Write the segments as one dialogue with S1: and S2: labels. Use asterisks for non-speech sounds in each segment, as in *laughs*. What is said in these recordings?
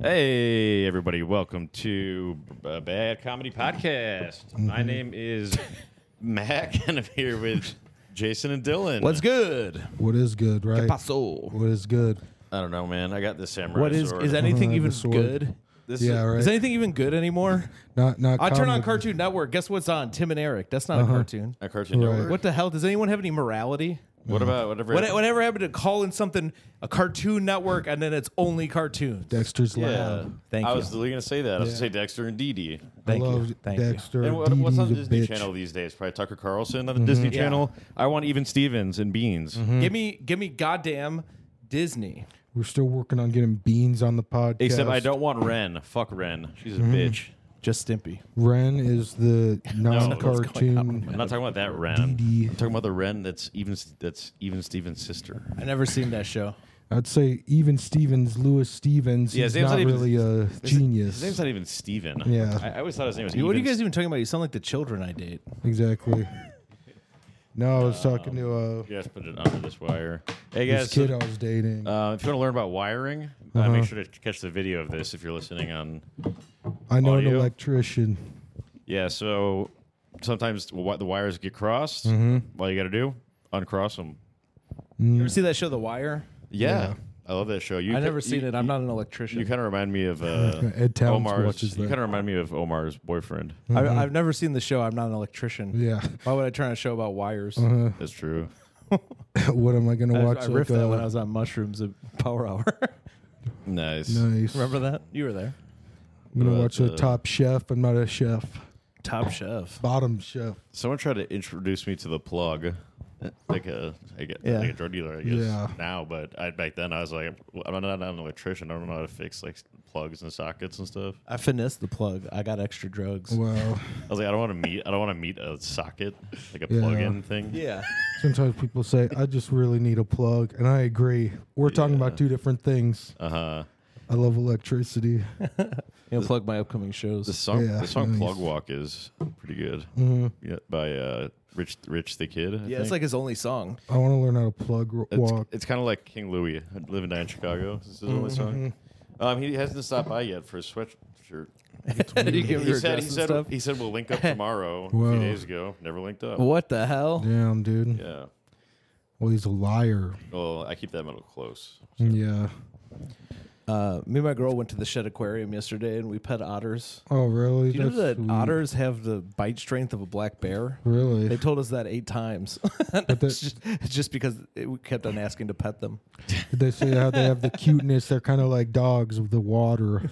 S1: Hey, everybody, welcome to a Bad Comedy Podcast.
S2: Mm-hmm.
S1: My name is Mac, and I'm here with Jason and Dylan.
S2: What's good?
S3: What is good, right?
S2: Paso.
S3: What is good?
S1: I don't know, man. I got the samurai.
S2: What is
S1: sword.
S2: is anything
S3: Uh,
S2: even
S3: the sword.
S2: good?
S1: This
S3: Yeah,
S1: is-
S3: right.
S2: Is anything even good
S3: *laughs*
S2: anymore?
S3: Not not.
S2: I turn on
S3: comedy. Uh-huh.
S2: Cartoon Network. Guess what's on? Tim and Eric. That's not a cartoon.
S1: a cartoon
S3: Right.
S1: network. What,
S2: What the hell? Does anyone have any morality?
S1: about whatever?
S2: What, whatever happened to calling something a Cartoon Network and then it's only cartoons?
S3: Dexter's
S1: yeah.
S3: Lab.
S2: Thank
S1: I
S2: you.
S1: was literally gonna say that. I was
S3: Yeah.
S1: gonna say Dexter and Dee Dee.
S2: Thank
S3: I
S2: you.
S3: love
S2: Thank you.
S3: Dexter.
S1: And what, what's on
S3: DD's a
S1: Disney
S3: bitch.
S1: Channel these days? Probably Tucker Carlson on the Disney
S2: Mm-hmm. Yeah. Mm-hmm.
S1: Channel. I want even Stevens and Beans.
S3: mm.
S2: Give me give me goddamn Disney.
S3: We're still working on getting beans on the podcast.
S1: Except I don't want Ren. Fuck Ren. She's a
S2: Mm-hmm.
S1: bitch.
S2: Just Stimpy.
S3: Ren
S2: *laughs*
S3: is the
S2: what's going on,
S3: non-cartoon.
S1: I'm not talking about that Ren.
S3: Dee Dee.
S1: I'm talking about the Ren that's even that's even Stevens' sister.
S2: I never seen that show.
S3: I'd say even Stevens, Lewis Stevens.
S1: Yeah,
S3: he's
S1: his name's
S3: not
S1: not even-
S3: really a genius.
S1: His name's not even Steven.
S3: Yeah.
S1: I, I always thought his name was.
S2: Dude, what are you
S1: Even-
S2: guys even talking about? You sound like the children I date.
S3: exactly. No, I was talking to uh,
S1: You guys put it under this wire. Hey guys,
S3: this Uh-huh. kid I was dating.
S1: uh, if you want to learn about wiring, uh, make sure to catch the video of this if you're listening on.
S3: I know an
S1: audio?
S3: electrician. *laughs*
S1: Yeah, so sometimes wi- the wires get crossed.
S3: Mm-hmm.
S1: All you got to do uncross them.
S3: Mm.
S2: You ever see that show The Wire?
S1: Yeah, I love that show. You
S2: I
S1: ki-
S2: never seen
S1: you-
S2: it. I'm not an electrician.
S1: You kind of remind me of uh,
S3: *laughs* Ed Towns
S1: Omar's.
S3: watches
S1: You
S3: that.
S1: kind of remind me of Omar's
S3: *laughs*
S1: boyfriend.
S2: I, I've never seen the show. I'm not an electrician.
S3: Mm-hmm. Yeah. *laughs* Mm-hmm.
S2: Why would I turn on a show about wires?
S1: That's true.
S3: what am I gonna
S2: I,
S3: watch?
S2: I
S3: like,
S2: riffed that when I
S3: uh,
S2: was on mushrooms at Power Hour. *laughs*
S1: Nice.
S3: nice.
S2: Remember that? You were there.
S3: I'm gonna
S1: about,
S3: watch the
S1: uh,
S3: Top Chef. I'm not a chef.
S2: Top Chef.
S3: Bottom Chef.
S1: Someone tried to introduce me to the plug, like a I get
S2: Yeah.
S1: like a drug dealer, I guess
S3: Yeah.
S1: now. But I back then I was like, I'm not, an electrician. I don't know how to fix like plugs and sockets and stuff.
S2: I finessed the plug. I got extra drugs.
S3: Wow.
S1: I was like, I don't want to meet. I don't want to meet a socket, like a
S3: Yeah.
S1: plug-in thing.
S2: Yeah.
S3: *laughs* Sometimes people say, I just really need a plug. And I agree. We're talking
S1: Yeah.
S3: about two different things.
S1: Uh huh.
S3: I
S2: *laughs*
S3: love electricity.
S2: You know, plug my upcoming shows.
S1: The song,
S3: Yeah,
S1: the song
S3: nice. Mm-hmm.
S1: "Plug Walk" is pretty good. Yeah, by uh, Rich, Rich the Kid. I
S2: yeah, it's
S1: think.
S2: like his only *laughs* song.
S3: I want to learn how to plug r-
S1: It's,
S3: walk.
S1: it's kind of like King Louis. I live and die in Chicago. This is his only song.
S3: Mm-hmm.
S1: Um, he hasn't stopped by yet for his sweatshirt.
S2: *laughs* You give
S1: He said,
S2: your address
S1: he,
S2: and
S1: said,
S2: stuff.
S1: he said we'll link *laughs* up tomorrow a
S3: Whoa.
S1: few days ago. Never linked up.
S2: What the hell?
S3: Damn, dude.
S1: Yeah.
S3: Well, he's a liar.
S1: Well, I keep that metal close.
S3: Yeah.
S2: Uh, me and my girl went to the Shed Aquarium yesterday and we pet otters.
S3: Oh, really?
S2: Do you know that
S3: That's sweet.
S2: otters have the bite strength of a black bear?
S3: Really?
S2: *laughs* They told us that eight times. *laughs*
S3: that-
S2: it's just, it's just because it, we kept on asking to pet them.
S3: Did they say how they have the cuteness? They're kind of like dogs of
S2: *laughs*
S3: the water,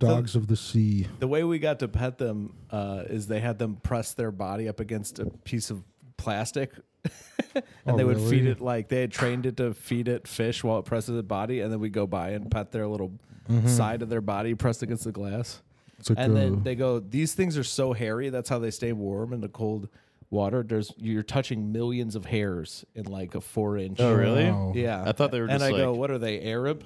S3: dogs of the sea.
S2: The way we got to pet them uh, is they had them press their body up against a piece of plastic, *laughs* and
S3: Oh,
S2: they would feed
S3: really?
S2: it like they had trained it to feed it fish while it presses the body, and then we go by and pet their little side of their body pressed against the glass,
S3: It's like
S2: and
S3: a-
S2: then they go. These things are so hairy. That's how they stay warm in the cold water. There's you're touching millions of hairs in like a four inch.
S1: Oh, really?
S3: Wow.
S2: oh, Yeah,
S1: I thought they were
S2: And
S1: just
S2: I go,
S1: like-
S2: what are they Arab?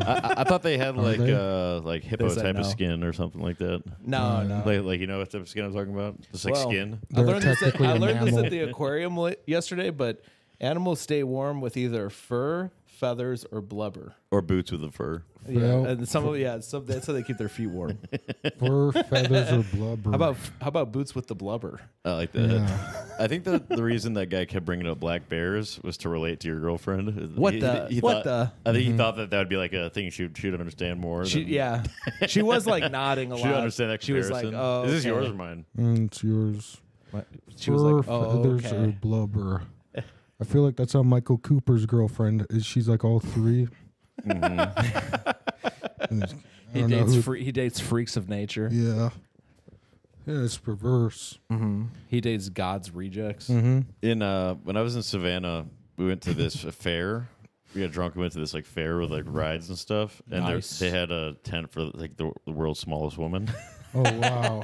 S2: *laughs*
S1: I, I thought they had like
S3: they?
S1: uh, like hippo
S2: said
S1: type of
S2: no.
S1: skin or something like that.
S2: No, no.
S1: Like, like you know what type of skin I'm talking about? Just like
S2: Well,
S1: skin.
S2: I
S3: They're
S2: learned, this at,
S3: technically
S2: I
S3: a
S2: learned this at
S3: mammal.
S2: the aquarium li- yesterday, but animals stay warm with either fur, feathers, or blubber.
S1: Or boots with a fur.
S2: Yeah,
S3: Well-
S2: and some of yeah, some, that's how they keep their feet warm. how
S3: Fur, feathers, or blubber.
S2: about how about boots with the blubber?
S1: I like that. I think the the reason that guy kept bringing up black bears was to relate to your girlfriend.
S2: What the-
S1: thought-
S2: what the- Mm-hmm.
S1: I think he thought that that would be like a thing she would she'd understand more.
S2: She,
S1: than-
S2: yeah, she was like nodding a
S1: *laughs* She
S2: lot.
S1: would understand that
S2: she was
S1: comparison.
S2: like, "Oh,
S1: is this
S2: okay."
S1: yours or mine?
S3: Mm, it's yours.
S2: What? She was like,
S3: Fur,
S2: "Oh,
S3: feathers, or
S2: okay."
S3: blubber. I feel like that's how Michael Cooper's girlfriend is. She's like all 3 And it's- I
S2: He
S3: don't know
S2: dates
S3: who-
S2: free, he dates freaks of nature.
S3: yeah. Yeah, it's perverse.
S2: He dates God's rejects.
S3: Mm-hmm.
S1: in uh when I was in Savannah, we went to this *laughs* fair. We got drunk and went to this like fair with like rides and stuff, and there-
S2: Nice.
S1: they had a tent for like the, the world's smallest woman. *laughs*
S3: Oh
S2: *laughs*
S3: wow.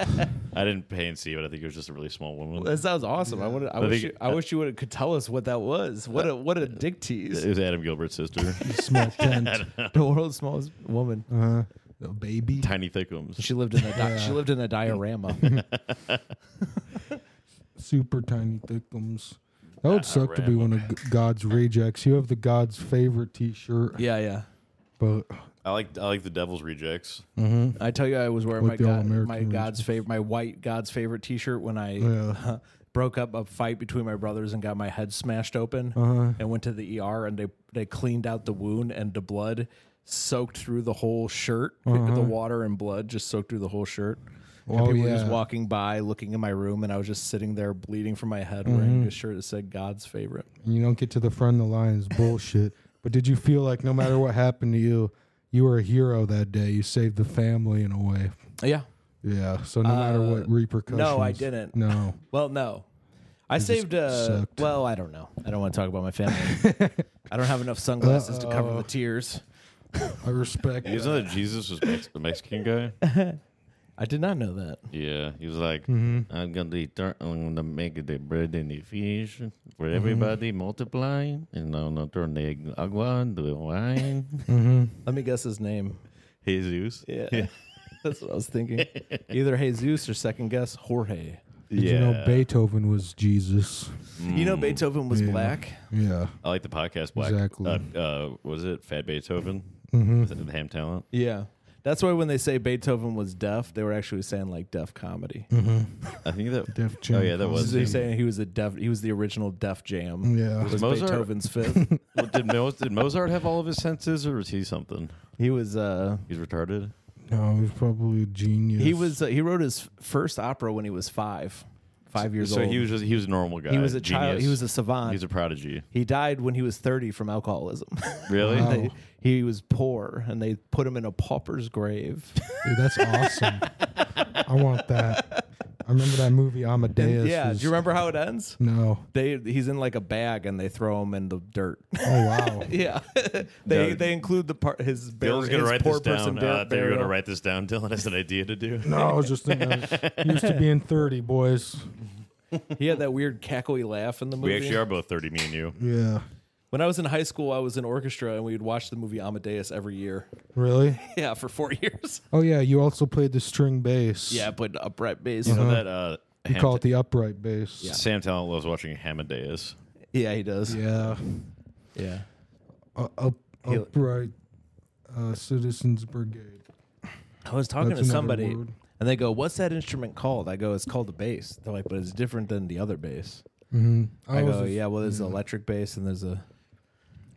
S1: I didn't pay and see, but I think it was just a really small woman.
S2: That sounds awesome. I would. I,
S1: think-
S2: wish. you, I wish you would could tell us what that was. What a what a dick tease.
S1: *laughs* It was Adam Gilbert's sister,
S3: Small tent.
S2: the world's smallest woman.
S3: Uh, a baby.
S1: Tiny Thickums.
S2: She lived in a di- she lived in a *laughs* diorama.
S3: Super tiny thickums. That
S2: Ah,
S3: would suck to be
S1: Diorama.
S3: one of G- God's rejects. You have the God's favorite T-shirt,
S2: yeah, yeah.
S3: but
S1: I like I like the Devil's Rejects.
S2: I tell you, I was wearing
S3: With
S2: my
S3: the
S2: God,
S3: All-American
S2: my
S3: rejects.
S2: God's favorite, my white God's favorite T-shirt when I
S3: Yeah.
S2: *laughs* uh, broke up a fight between my brothers and got my head smashed open,
S3: Uh-huh.
S2: and went to the ER and they they cleaned out the wound and the blood soaked through the whole shirt, the water and blood just soaked through the whole shirt. And
S3: Uh-huh. Oh,
S2: people were just
S3: yeah.
S2: walking by, looking in my room, and I was just sitting there bleeding from my head,
S3: Mm-hmm.
S2: wearing a shirt that said "God's favorite."
S3: and you don't get to the front of the line is bullshit. But did you feel like no matter what happened to you, you were a hero that day? You saved the family in a way.
S2: Yeah.
S3: Yeah. So no matter what repercussions.
S2: Uh, no, I didn't.
S3: No.
S2: Well, no. I saved. Uh,
S3: sucked.
S2: well, I don't know. I don't want to talk about my family. I don't have enough sunglasses to cover the tears.
S3: I respect.
S1: Isn't
S3: that.
S1: that Jesus was Mex- the Mexican guy?
S2: I did not know that.
S1: Yeah, he was like, "I'm gonna eat, tur- I'm gonna make the bread and the fish for everybody multiply, and I'm gonna turn the agua into wine."
S3: *laughs* Mm-hmm.
S2: Let me guess his name.
S1: Jesus,
S2: Yeah, *laughs* that's what I was thinking. Either Jesus or second guess Jorge.
S3: Did you know Beethoven was Jesus?
S2: You know Beethoven was
S3: Yeah.
S2: black.
S3: Yeah.
S1: I like the podcast. Black.
S3: Exactly. Mm-hmm.
S1: Uh, uh, was it Fat Beethoven? With the ham talent.
S2: Yeah, that's why when they say Beethoven was deaf, they were actually saying like deaf comedy.
S1: I think that.
S3: Def
S1: oh
S3: Jam
S1: yeah, that
S3: Con-
S1: was.
S2: So they're
S1: him.
S2: saying he was a deaf. He was the original Def Jam.
S3: Yeah.
S2: was
S1: Mozart-
S2: Beethoven's fifth.
S1: Well, did, Mo- did Mozart have all of his senses, or was he something?
S2: he was. uh
S1: He's retarded.
S3: No, he was probably a genius.
S2: He was. Uh, he wrote his first opera when he was five, five years
S1: so
S2: old.
S1: he was just he was a normal guy.
S2: He was a child. He
S1: Genius.
S2: was a savant.
S1: He's a prodigy.
S2: he died when he was 30 from alcoholism.
S1: Really?
S3: Wow.
S2: *laughs* They- he was poor, and they put him in a
S1: *laughs*
S2: pauper's grave.
S3: Dude, that's awesome. I want that. I remember that movie Amadeus.
S2: And, yeah.
S3: was-
S2: Do you remember how it ends?
S3: No.
S2: They he's in like a bag, and they throw him in the dirt. *laughs*
S3: Oh wow.
S2: yeah. they
S1: Dude.
S2: they include the part his, bur-
S1: Dylan's
S2: his
S1: gonna write
S2: poor
S1: this
S2: person
S1: down.
S2: bur-
S1: Uh, I thought you were gonna
S2: burial.
S1: write this down. Dylan has an idea to do.
S3: No, I was just thinking. Used to being thirty, boys.
S2: He had that weird cackly laugh in the movie.
S1: We actually are both thirty, me and you.
S3: Yeah.
S2: When I was in high school, I was in orchestra, and we would watch the movie Amadeus every year. *laughs*
S3: Really?
S2: Yeah, for four *laughs* years.
S3: Oh yeah. You also played the string bass.
S2: Yeah, I played upright bass.
S1: So that uh,
S3: You
S1: Ham-
S3: call it the upright bass.
S1: Sam Talent loves watching Hamadeus.
S2: Yeah, he does.
S3: Yeah.
S2: yeah.
S3: Uh, up,
S2: He-
S3: upright uh, Citizens Brigade.
S2: I was talking
S3: That's
S2: to
S3: another
S2: somebody,
S3: word.
S2: and they go, "What's that instrument called?" I go, "It's called a bass." They're like, "But it's different than the other bass." I,
S3: was
S2: go,
S3: a
S2: "Yeah, well, there's an electric bass, and there's a,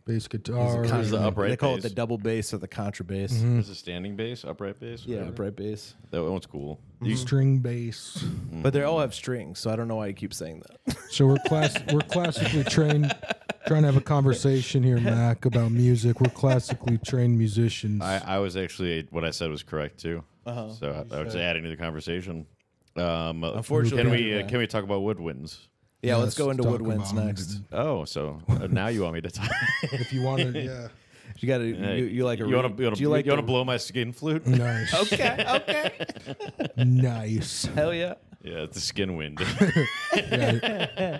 S3: bass guitar.
S2: con-
S1: the upright
S2: They call
S1: bass.
S2: it the double bass or the contrabass.
S3: Mm-hmm. Hmm.
S1: Is it standing bass, upright bass?
S2: Yeah,
S1: whatever?
S2: upright bass.
S1: That one's cool.
S3: Mm-hmm. string bass.
S1: Mm-hmm.
S2: But they all have strings, so I don't know why you keep saying
S3: *laughs*
S2: that.
S3: So we're class we're classically trained. Trying to have a conversation here, Mac, about music. We're classically trained musicians.
S1: I, I was actually what I said was correct too.
S2: Uh-huh.
S1: So I, I was adding to the conversation. Um,
S2: Unfortunately,
S1: can we
S2: yeah.
S1: uh, can we talk about woodwinds?
S2: Yeah, let's
S3: let's
S2: go into
S3: talk
S2: woodwinds
S3: about it.
S2: next.
S1: Oh, so uh, now you want me to *laughs* talk?
S3: if
S2: *laughs*
S3: you want to, yeah,
S2: You got to. You, you like a.
S1: you want
S2: re-
S1: to you want
S2: do you like
S1: to
S2: a-
S1: blow my skin flute?
S3: nice,
S2: *laughs* Okay.
S1: *laughs*
S2: Okay.
S3: nice.
S2: Hell yeah.
S1: Yeah, it's the skin
S2: *laughs*
S1: wind.
S3: Yeah.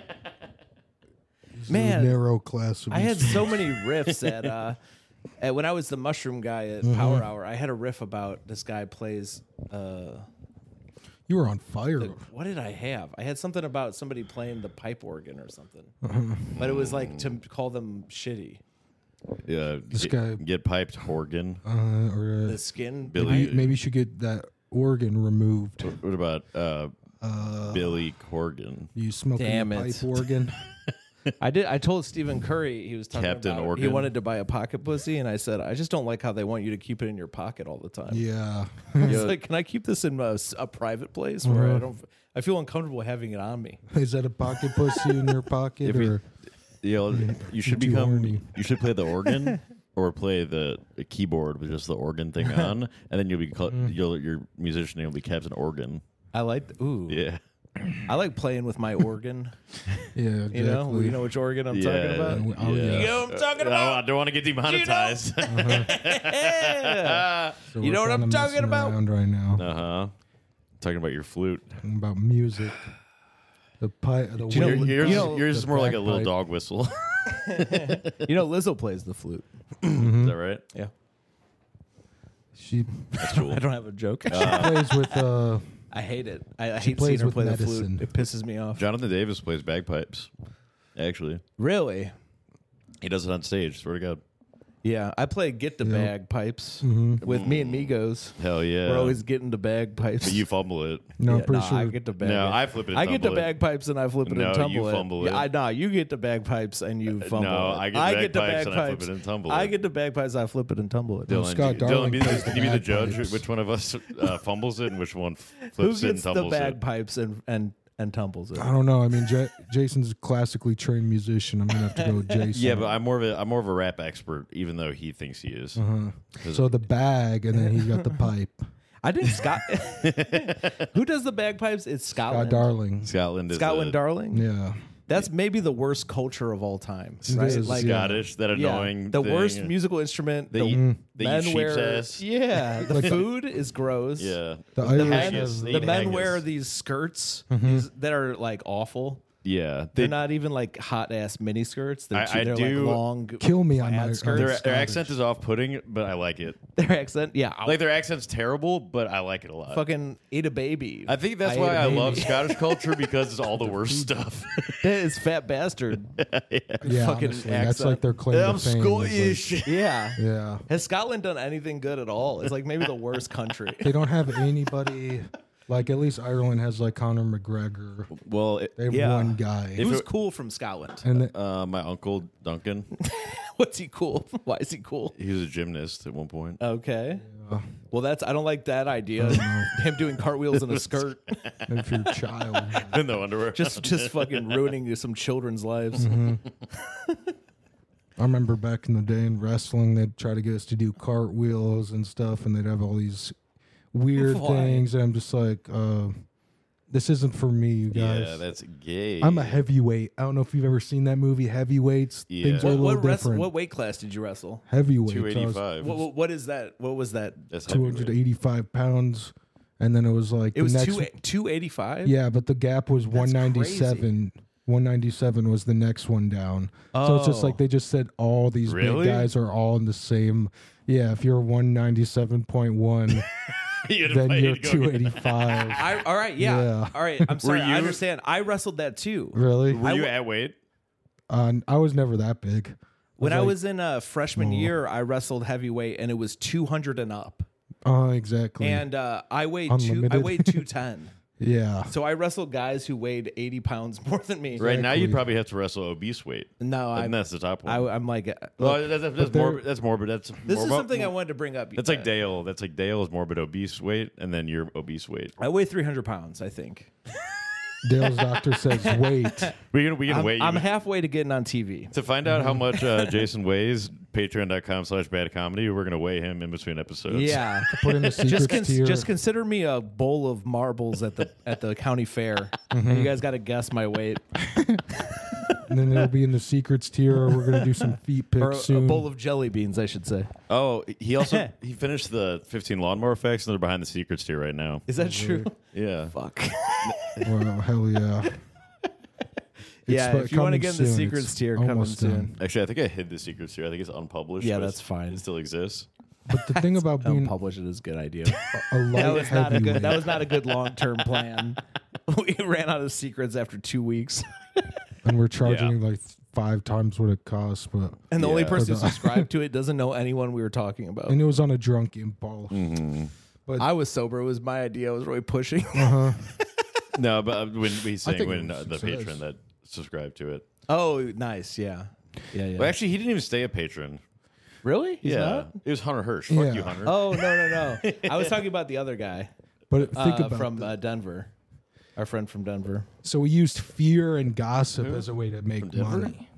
S2: Man.
S3: narrow class. Of
S2: I had
S3: *laughs*
S2: so many riffs at uh at when I was the mushroom guy at
S3: Mm-hmm.
S2: Power Hour, I had a riff about this guy plays uh
S3: you were on fire.
S2: what did I have? I had something about somebody playing the pipe organ or
S3: *laughs*
S2: something. But it was like to call them shitty.
S1: yeah,
S3: This
S1: get,
S3: guy-
S1: get piped Horgan.
S3: Uh, or uh,
S2: The skin
S1: Billy,
S3: maybe, maybe you should get that organ removed.
S1: What about uh, Billy Corgan?
S3: You smoking
S2: Damn
S3: the
S2: it. *laughs*
S3: pipe organ?
S2: I did I told Stephen Curry he was talking
S1: Captain
S2: about he
S1: Organ.
S2: wanted to buy a pocket pussy and I said I just don't like how they want you to keep it in your pocket all the time.
S3: yeah.
S2: *laughs*
S3: Uh-huh.
S2: I was like, can I keep this in a, s- a private place where I don't I feel uncomfortable having it on me.
S3: Is that a pocket pussy in your pocket?
S1: If we-
S3: Or
S1: You, know, you should
S3: Too
S1: become.
S3: horny.
S1: You should play the
S2: *laughs*
S1: organ or play the, the keyboard with just the organ thing on, and then you'll be cl-
S2: Mm.
S1: you'll, your musician name will be Captain Organ.
S2: I like th- ooh.
S1: Yeah,
S2: I like playing with my organ.
S3: yeah,
S2: You know, you know which organ I'm talking
S1: Yeah.
S2: *laughs* about.
S3: exactly. Oh,
S1: Yeah.
S3: yeah.
S2: You know what I'm talking
S1: I don't-
S2: about.
S1: I don't want to get demonetized.
S2: *laughs*
S1: uh
S2: Eh.
S3: So
S2: You
S3: we're
S2: know what I'm
S3: kinda
S2: talking
S3: messing
S2: about?
S3: around right now.
S1: huh. Uh-huh. Talking about your flute.
S3: Talking About music. The pipe. The
S2: you know-
S1: Your,
S3: wind-
S1: yours
S2: you know-
S1: yours is
S3: the
S1: more like a little
S3: bagpipe.
S1: dog whistle. *laughs*
S2: You know, Lizzo plays the flute.
S1: is
S2: Hmm?
S1: that right?
S2: Yeah,
S3: she
S1: That's cool.
S2: *laughs* I don't have a joke.
S3: *laughs* plays with. Uh,
S2: I hate it. I, I hate seeing
S3: plays
S2: her
S3: with
S2: play the
S3: medicine.
S2: flute. It pisses me off.
S1: Jonathan Davis plays bagpipes. Actually,
S2: Really?
S1: he does it on stage. Swear to God.
S2: Yeah, I play get the bagpipes with me and Migos.
S1: Hell yeah.
S2: We're always getting the bagpipes. *laughs*
S1: But you fumble it.
S3: No, I'm
S2: Yeah,
S3: pretty
S2: nah,
S3: sure.
S2: I get the bag.
S1: No, I flip it and
S2: I get the
S1: tumble it.
S2: bagpipes and I flip it
S1: No,
S2: and
S1: you
S2: tumble it.
S1: fumble
S2: Yeah,
S1: it. Uh,
S2: I nah, you get the bagpipes and you fumble.
S1: no,
S2: it.
S1: I get bagpipes and I flip it and tumble
S2: I
S1: it.
S2: get the bagpipes. I flip it and tumble it.
S1: Dylan,
S3: Scott
S1: do- Dylan,
S3: Darling
S1: be
S3: plays
S1: the,
S3: the
S1: you be the
S3: bagpipes.
S1: judge which one of us uh, fumbles it and which one f-
S2: Who
S1: flips it and
S2: gets the
S1: tumbles it.
S2: bagpipes and and and tumbles it?
S3: I don't know. I mean, Ja Jason's a classically trained musician. I'm gonna have to go
S2: *laughs*
S3: with Jason.
S1: Yeah, but I'm more of a I'm more of a rap expert, even though he thinks he is.
S2: Uh-huh.
S3: so the bag, and then he's got the pipe.
S2: *laughs*
S3: *laughs*
S2: I
S1: *laughs*
S2: think Scott. Who does the bagpipes? It's
S3: Ah,
S2: Scotland.
S3: darling.
S1: Scotland is
S2: Scotland,
S1: a
S2: darling.
S3: Yeah.
S2: That's maybe the worst culture of all time. Right?
S3: is,
S2: Like,
S3: yeah.
S1: Scottish, that
S2: yeah,
S1: annoying
S2: the
S1: thing.
S2: worst musical instrument.
S1: They
S2: the
S1: eat- they eat
S2: men
S1: sheep's
S2: wear.
S1: ass.
S2: *laughs*
S1: *laughs*
S2: Yeah, the food is gross.
S1: Yeah.
S3: The Mm-hmm. Irish
S2: men-
S1: Haggis, they
S2: the
S1: eat
S2: men
S1: haggis.
S2: wear these skirts these- that are like awful.
S1: Yeah.
S2: They're
S1: They,
S2: not even like hot ass mini skirts. They're,
S1: I-
S2: too-
S1: I
S2: they're
S1: do-
S2: like long.
S3: Kill me on
S2: plaid
S3: my- on
S2: skirts.
S1: their,
S2: *laughs* Their,
S1: their accent is off putting, but I like it.
S2: accent, yeah, I'll
S1: Like their accent's terrible, but I like it a lot.
S2: fucking eat a baby.
S1: I think that's
S2: ate
S1: why I
S2: a baby.
S1: love Scottish culture because it's all the worst stuff.
S2: *laughs* that is fat bastard.
S1: *laughs*
S3: Yeah.
S2: Fucking
S3: honestly, that's
S2: accent.
S3: like their claim to fame. is, like,
S2: yeah.
S3: yeah.
S2: Has Scotland done anything good at all? It's like maybe the worst
S3: *laughs*
S2: country.
S3: They don't have anybody. Like at least Ireland has like Conor McGregor.
S1: Well, it,
S3: They have
S2: Yeah.
S3: one guy.
S2: Who's
S1: it-
S2: cool from Scotland?
S3: and the,
S1: uh, my uncle Duncan,
S2: *laughs* What's he cool? *laughs* Why is he cool?
S1: he was a gymnast at one point.
S2: Okay. Well, that's I don't like that idea. *laughs* Him doing cartwheels
S3: *laughs*
S2: in a skirt,
S3: if your child,
S1: *laughs* in the underwear.
S2: just just fucking
S3: *laughs*
S2: ruining some children's lives.
S3: Mm-hmm. I remember back in the day in wrestling, they'd try to get us to do cartwheels and stuff, and they'd have all these weird
S2: Why?
S3: things. And I'm just like, uh, this isn't for me, you guys.
S1: yeah, that's gay.
S3: I'm a heavyweight. I don't know if you've ever seen that movie, Heavyweights.
S1: Yeah.
S3: Things are a
S2: What,
S3: little
S2: what, wrest-
S3: different.
S2: what weight class did you wrestle?
S3: heavyweight. so I was
S1: 285.
S2: What, what, what is that? What was that?
S1: that's
S3: 285 pounds, and then it was like
S2: It was
S3: the
S2: two
S3: next.
S2: two eighty five.
S3: *laughs* Yeah, but the gap was 197. 197 was the next one down. So it's just
S2: Oh.
S3: like they just said all these
S1: Really?
S3: big guys are all in the same. Yeah, if
S2: *laughs*
S3: you're 197.1,
S1: *laughs* heavyweight.
S3: then you're
S1: You'd go-
S3: 285.
S2: I, all right. Yeah.
S3: Yeah.
S2: All right. I'm sorry.
S1: you-
S2: I understand. I wrestled that too.
S3: really?
S1: Were you
S2: w-
S1: at weight?
S3: Uh, I was never that big.
S2: When I was in uh, freshman year, I wrestled heavyweight, and it was two hundred and up.
S3: Uh, exactly.
S2: And uh, I weighed two. I
S3: Unlimited.
S2: weighed
S3: *laughs*
S2: two ten.
S3: yeah.
S2: So I wrestled guys who weighed eighty pounds more than me.
S1: Right now, you'd probably have to wrestle obese weight.
S2: No, I,
S1: and that's the top one.
S2: I, I'm like, uh, look,
S1: well, Oh, that's, that's, that's
S3: they're-
S1: morbid. That's morbid. That's
S2: this
S1: morbo-
S2: is something I wanted to bring up.
S1: That's like Dale. That's like Dale is morbid obese weight, and then you're obese weight.
S2: I weigh 300 pounds, I think.
S3: Dale's doctor
S2: *laughs*
S3: says, wait.
S1: We can we can
S2: I'm,
S1: weigh you.
S2: I'm halfway to getting on TV.
S1: to find
S2: *laughs*
S1: out how much uh, Jason weighs, patreon.com slash bad comedy. We're going to weigh him in between episodes. *laughs*
S2: Yeah.
S3: Put in the secret
S2: Just, cons-
S3: tier.
S2: just consider me a bowl of marbles at
S3: *laughs*
S2: the at the county fair.
S3: Mm-hmm.
S2: And you guys got to guess my weight.
S3: and then it'll be in the secrets tier. Or we're going to
S2: *laughs*
S3: do some feet
S2: Or a,
S3: picks
S2: a
S3: soon.
S2: bowl of jelly beans, I should say.
S1: Oh, he
S2: *laughs*
S1: also he finished the 15 lawnmower effects, and they're behind the secrets tier right now.
S2: Is that true?
S1: Yeah.
S2: Fuck.
S3: wow, hell yeah.
S2: *laughs* yeah,
S3: Expe-
S2: if you want to
S3: coming
S2: get in the
S3: soon.
S2: secrets
S3: It's
S2: tier, coming
S3: almost
S2: soon.
S3: done.
S1: Actually, I think I hid the secrets tier. I think it's unpublished.
S2: Yeah,
S1: but
S2: that's
S1: it's-
S2: fine.
S1: It still *laughs* exists.
S3: But
S2: *laughs*
S3: the thing about
S2: Don't
S3: being
S2: publish it is a good
S3: *laughs*
S2: idea.
S3: a
S2: that
S3: light
S2: was not a good. That
S3: heavyweight,
S2: was not a good long term plan. *laughs* We ran out of secrets after two weeks, *laughs*
S3: and we're charging like five times what it costs, but
S2: and the only
S1: Yeah.
S2: person who subscribed to it doesn't know anyone we were talking about.
S3: and it was on a drunk impulse.
S2: I was sober. It was my idea. I was really
S3: *laughs*
S2: pushing.
S1: No, but uh, when we saying
S3: think it
S1: when
S3: was
S1: uh, the
S3: success.
S1: patron that subscribed to it.
S2: oh, nice. Yeah. Yeah. yeah.
S1: Well, actually, he didn't even stay a patron.
S2: really? He's
S1: yeah,
S2: not?
S1: it was Hunter Hirsch.
S3: Yeah.
S1: Fuck you, Hunter.
S2: Oh no no no! I was talking about the other guy
S3: But
S2: uh,
S3: *laughs* think about
S2: from uh, Denver, our friend from Denver.
S3: so we used fear and gossip as a way to make money.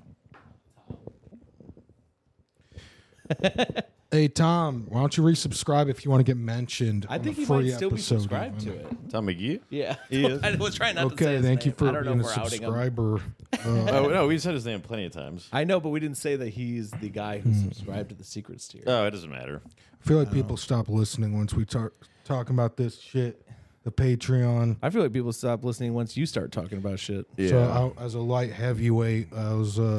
S2: *laughs*
S3: hey Tom, why don't you resubscribe if you want to get mentioned?
S2: I
S3: on
S2: think
S3: a
S2: he
S3: free
S2: might still be
S3: episode
S2: subscribed
S3: of
S2: to
S3: it.
S2: it.
S1: Tom McGee.
S2: Yeah. *laughs*
S1: He is.
S2: I was trying not to say
S3: Okay,
S2: his
S3: thank you
S2: name.
S3: for
S2: I don't know
S3: being a
S2: if we're outing him. *laughs*
S3: subscriber. Uh,
S1: Oh no, we said his name plenty of times.
S2: I know, but we didn't say that he's the guy who
S3: Hmm.
S2: subscribed to the secrets tier.
S1: Oh, it doesn't matter.
S3: I feel like people stop listening once we start talking about this shit. The Patreon.
S2: I feel like people stop listening once you start talking about shit.
S3: So I, as a light heavyweight, I was
S2: *laughs*
S3: uh,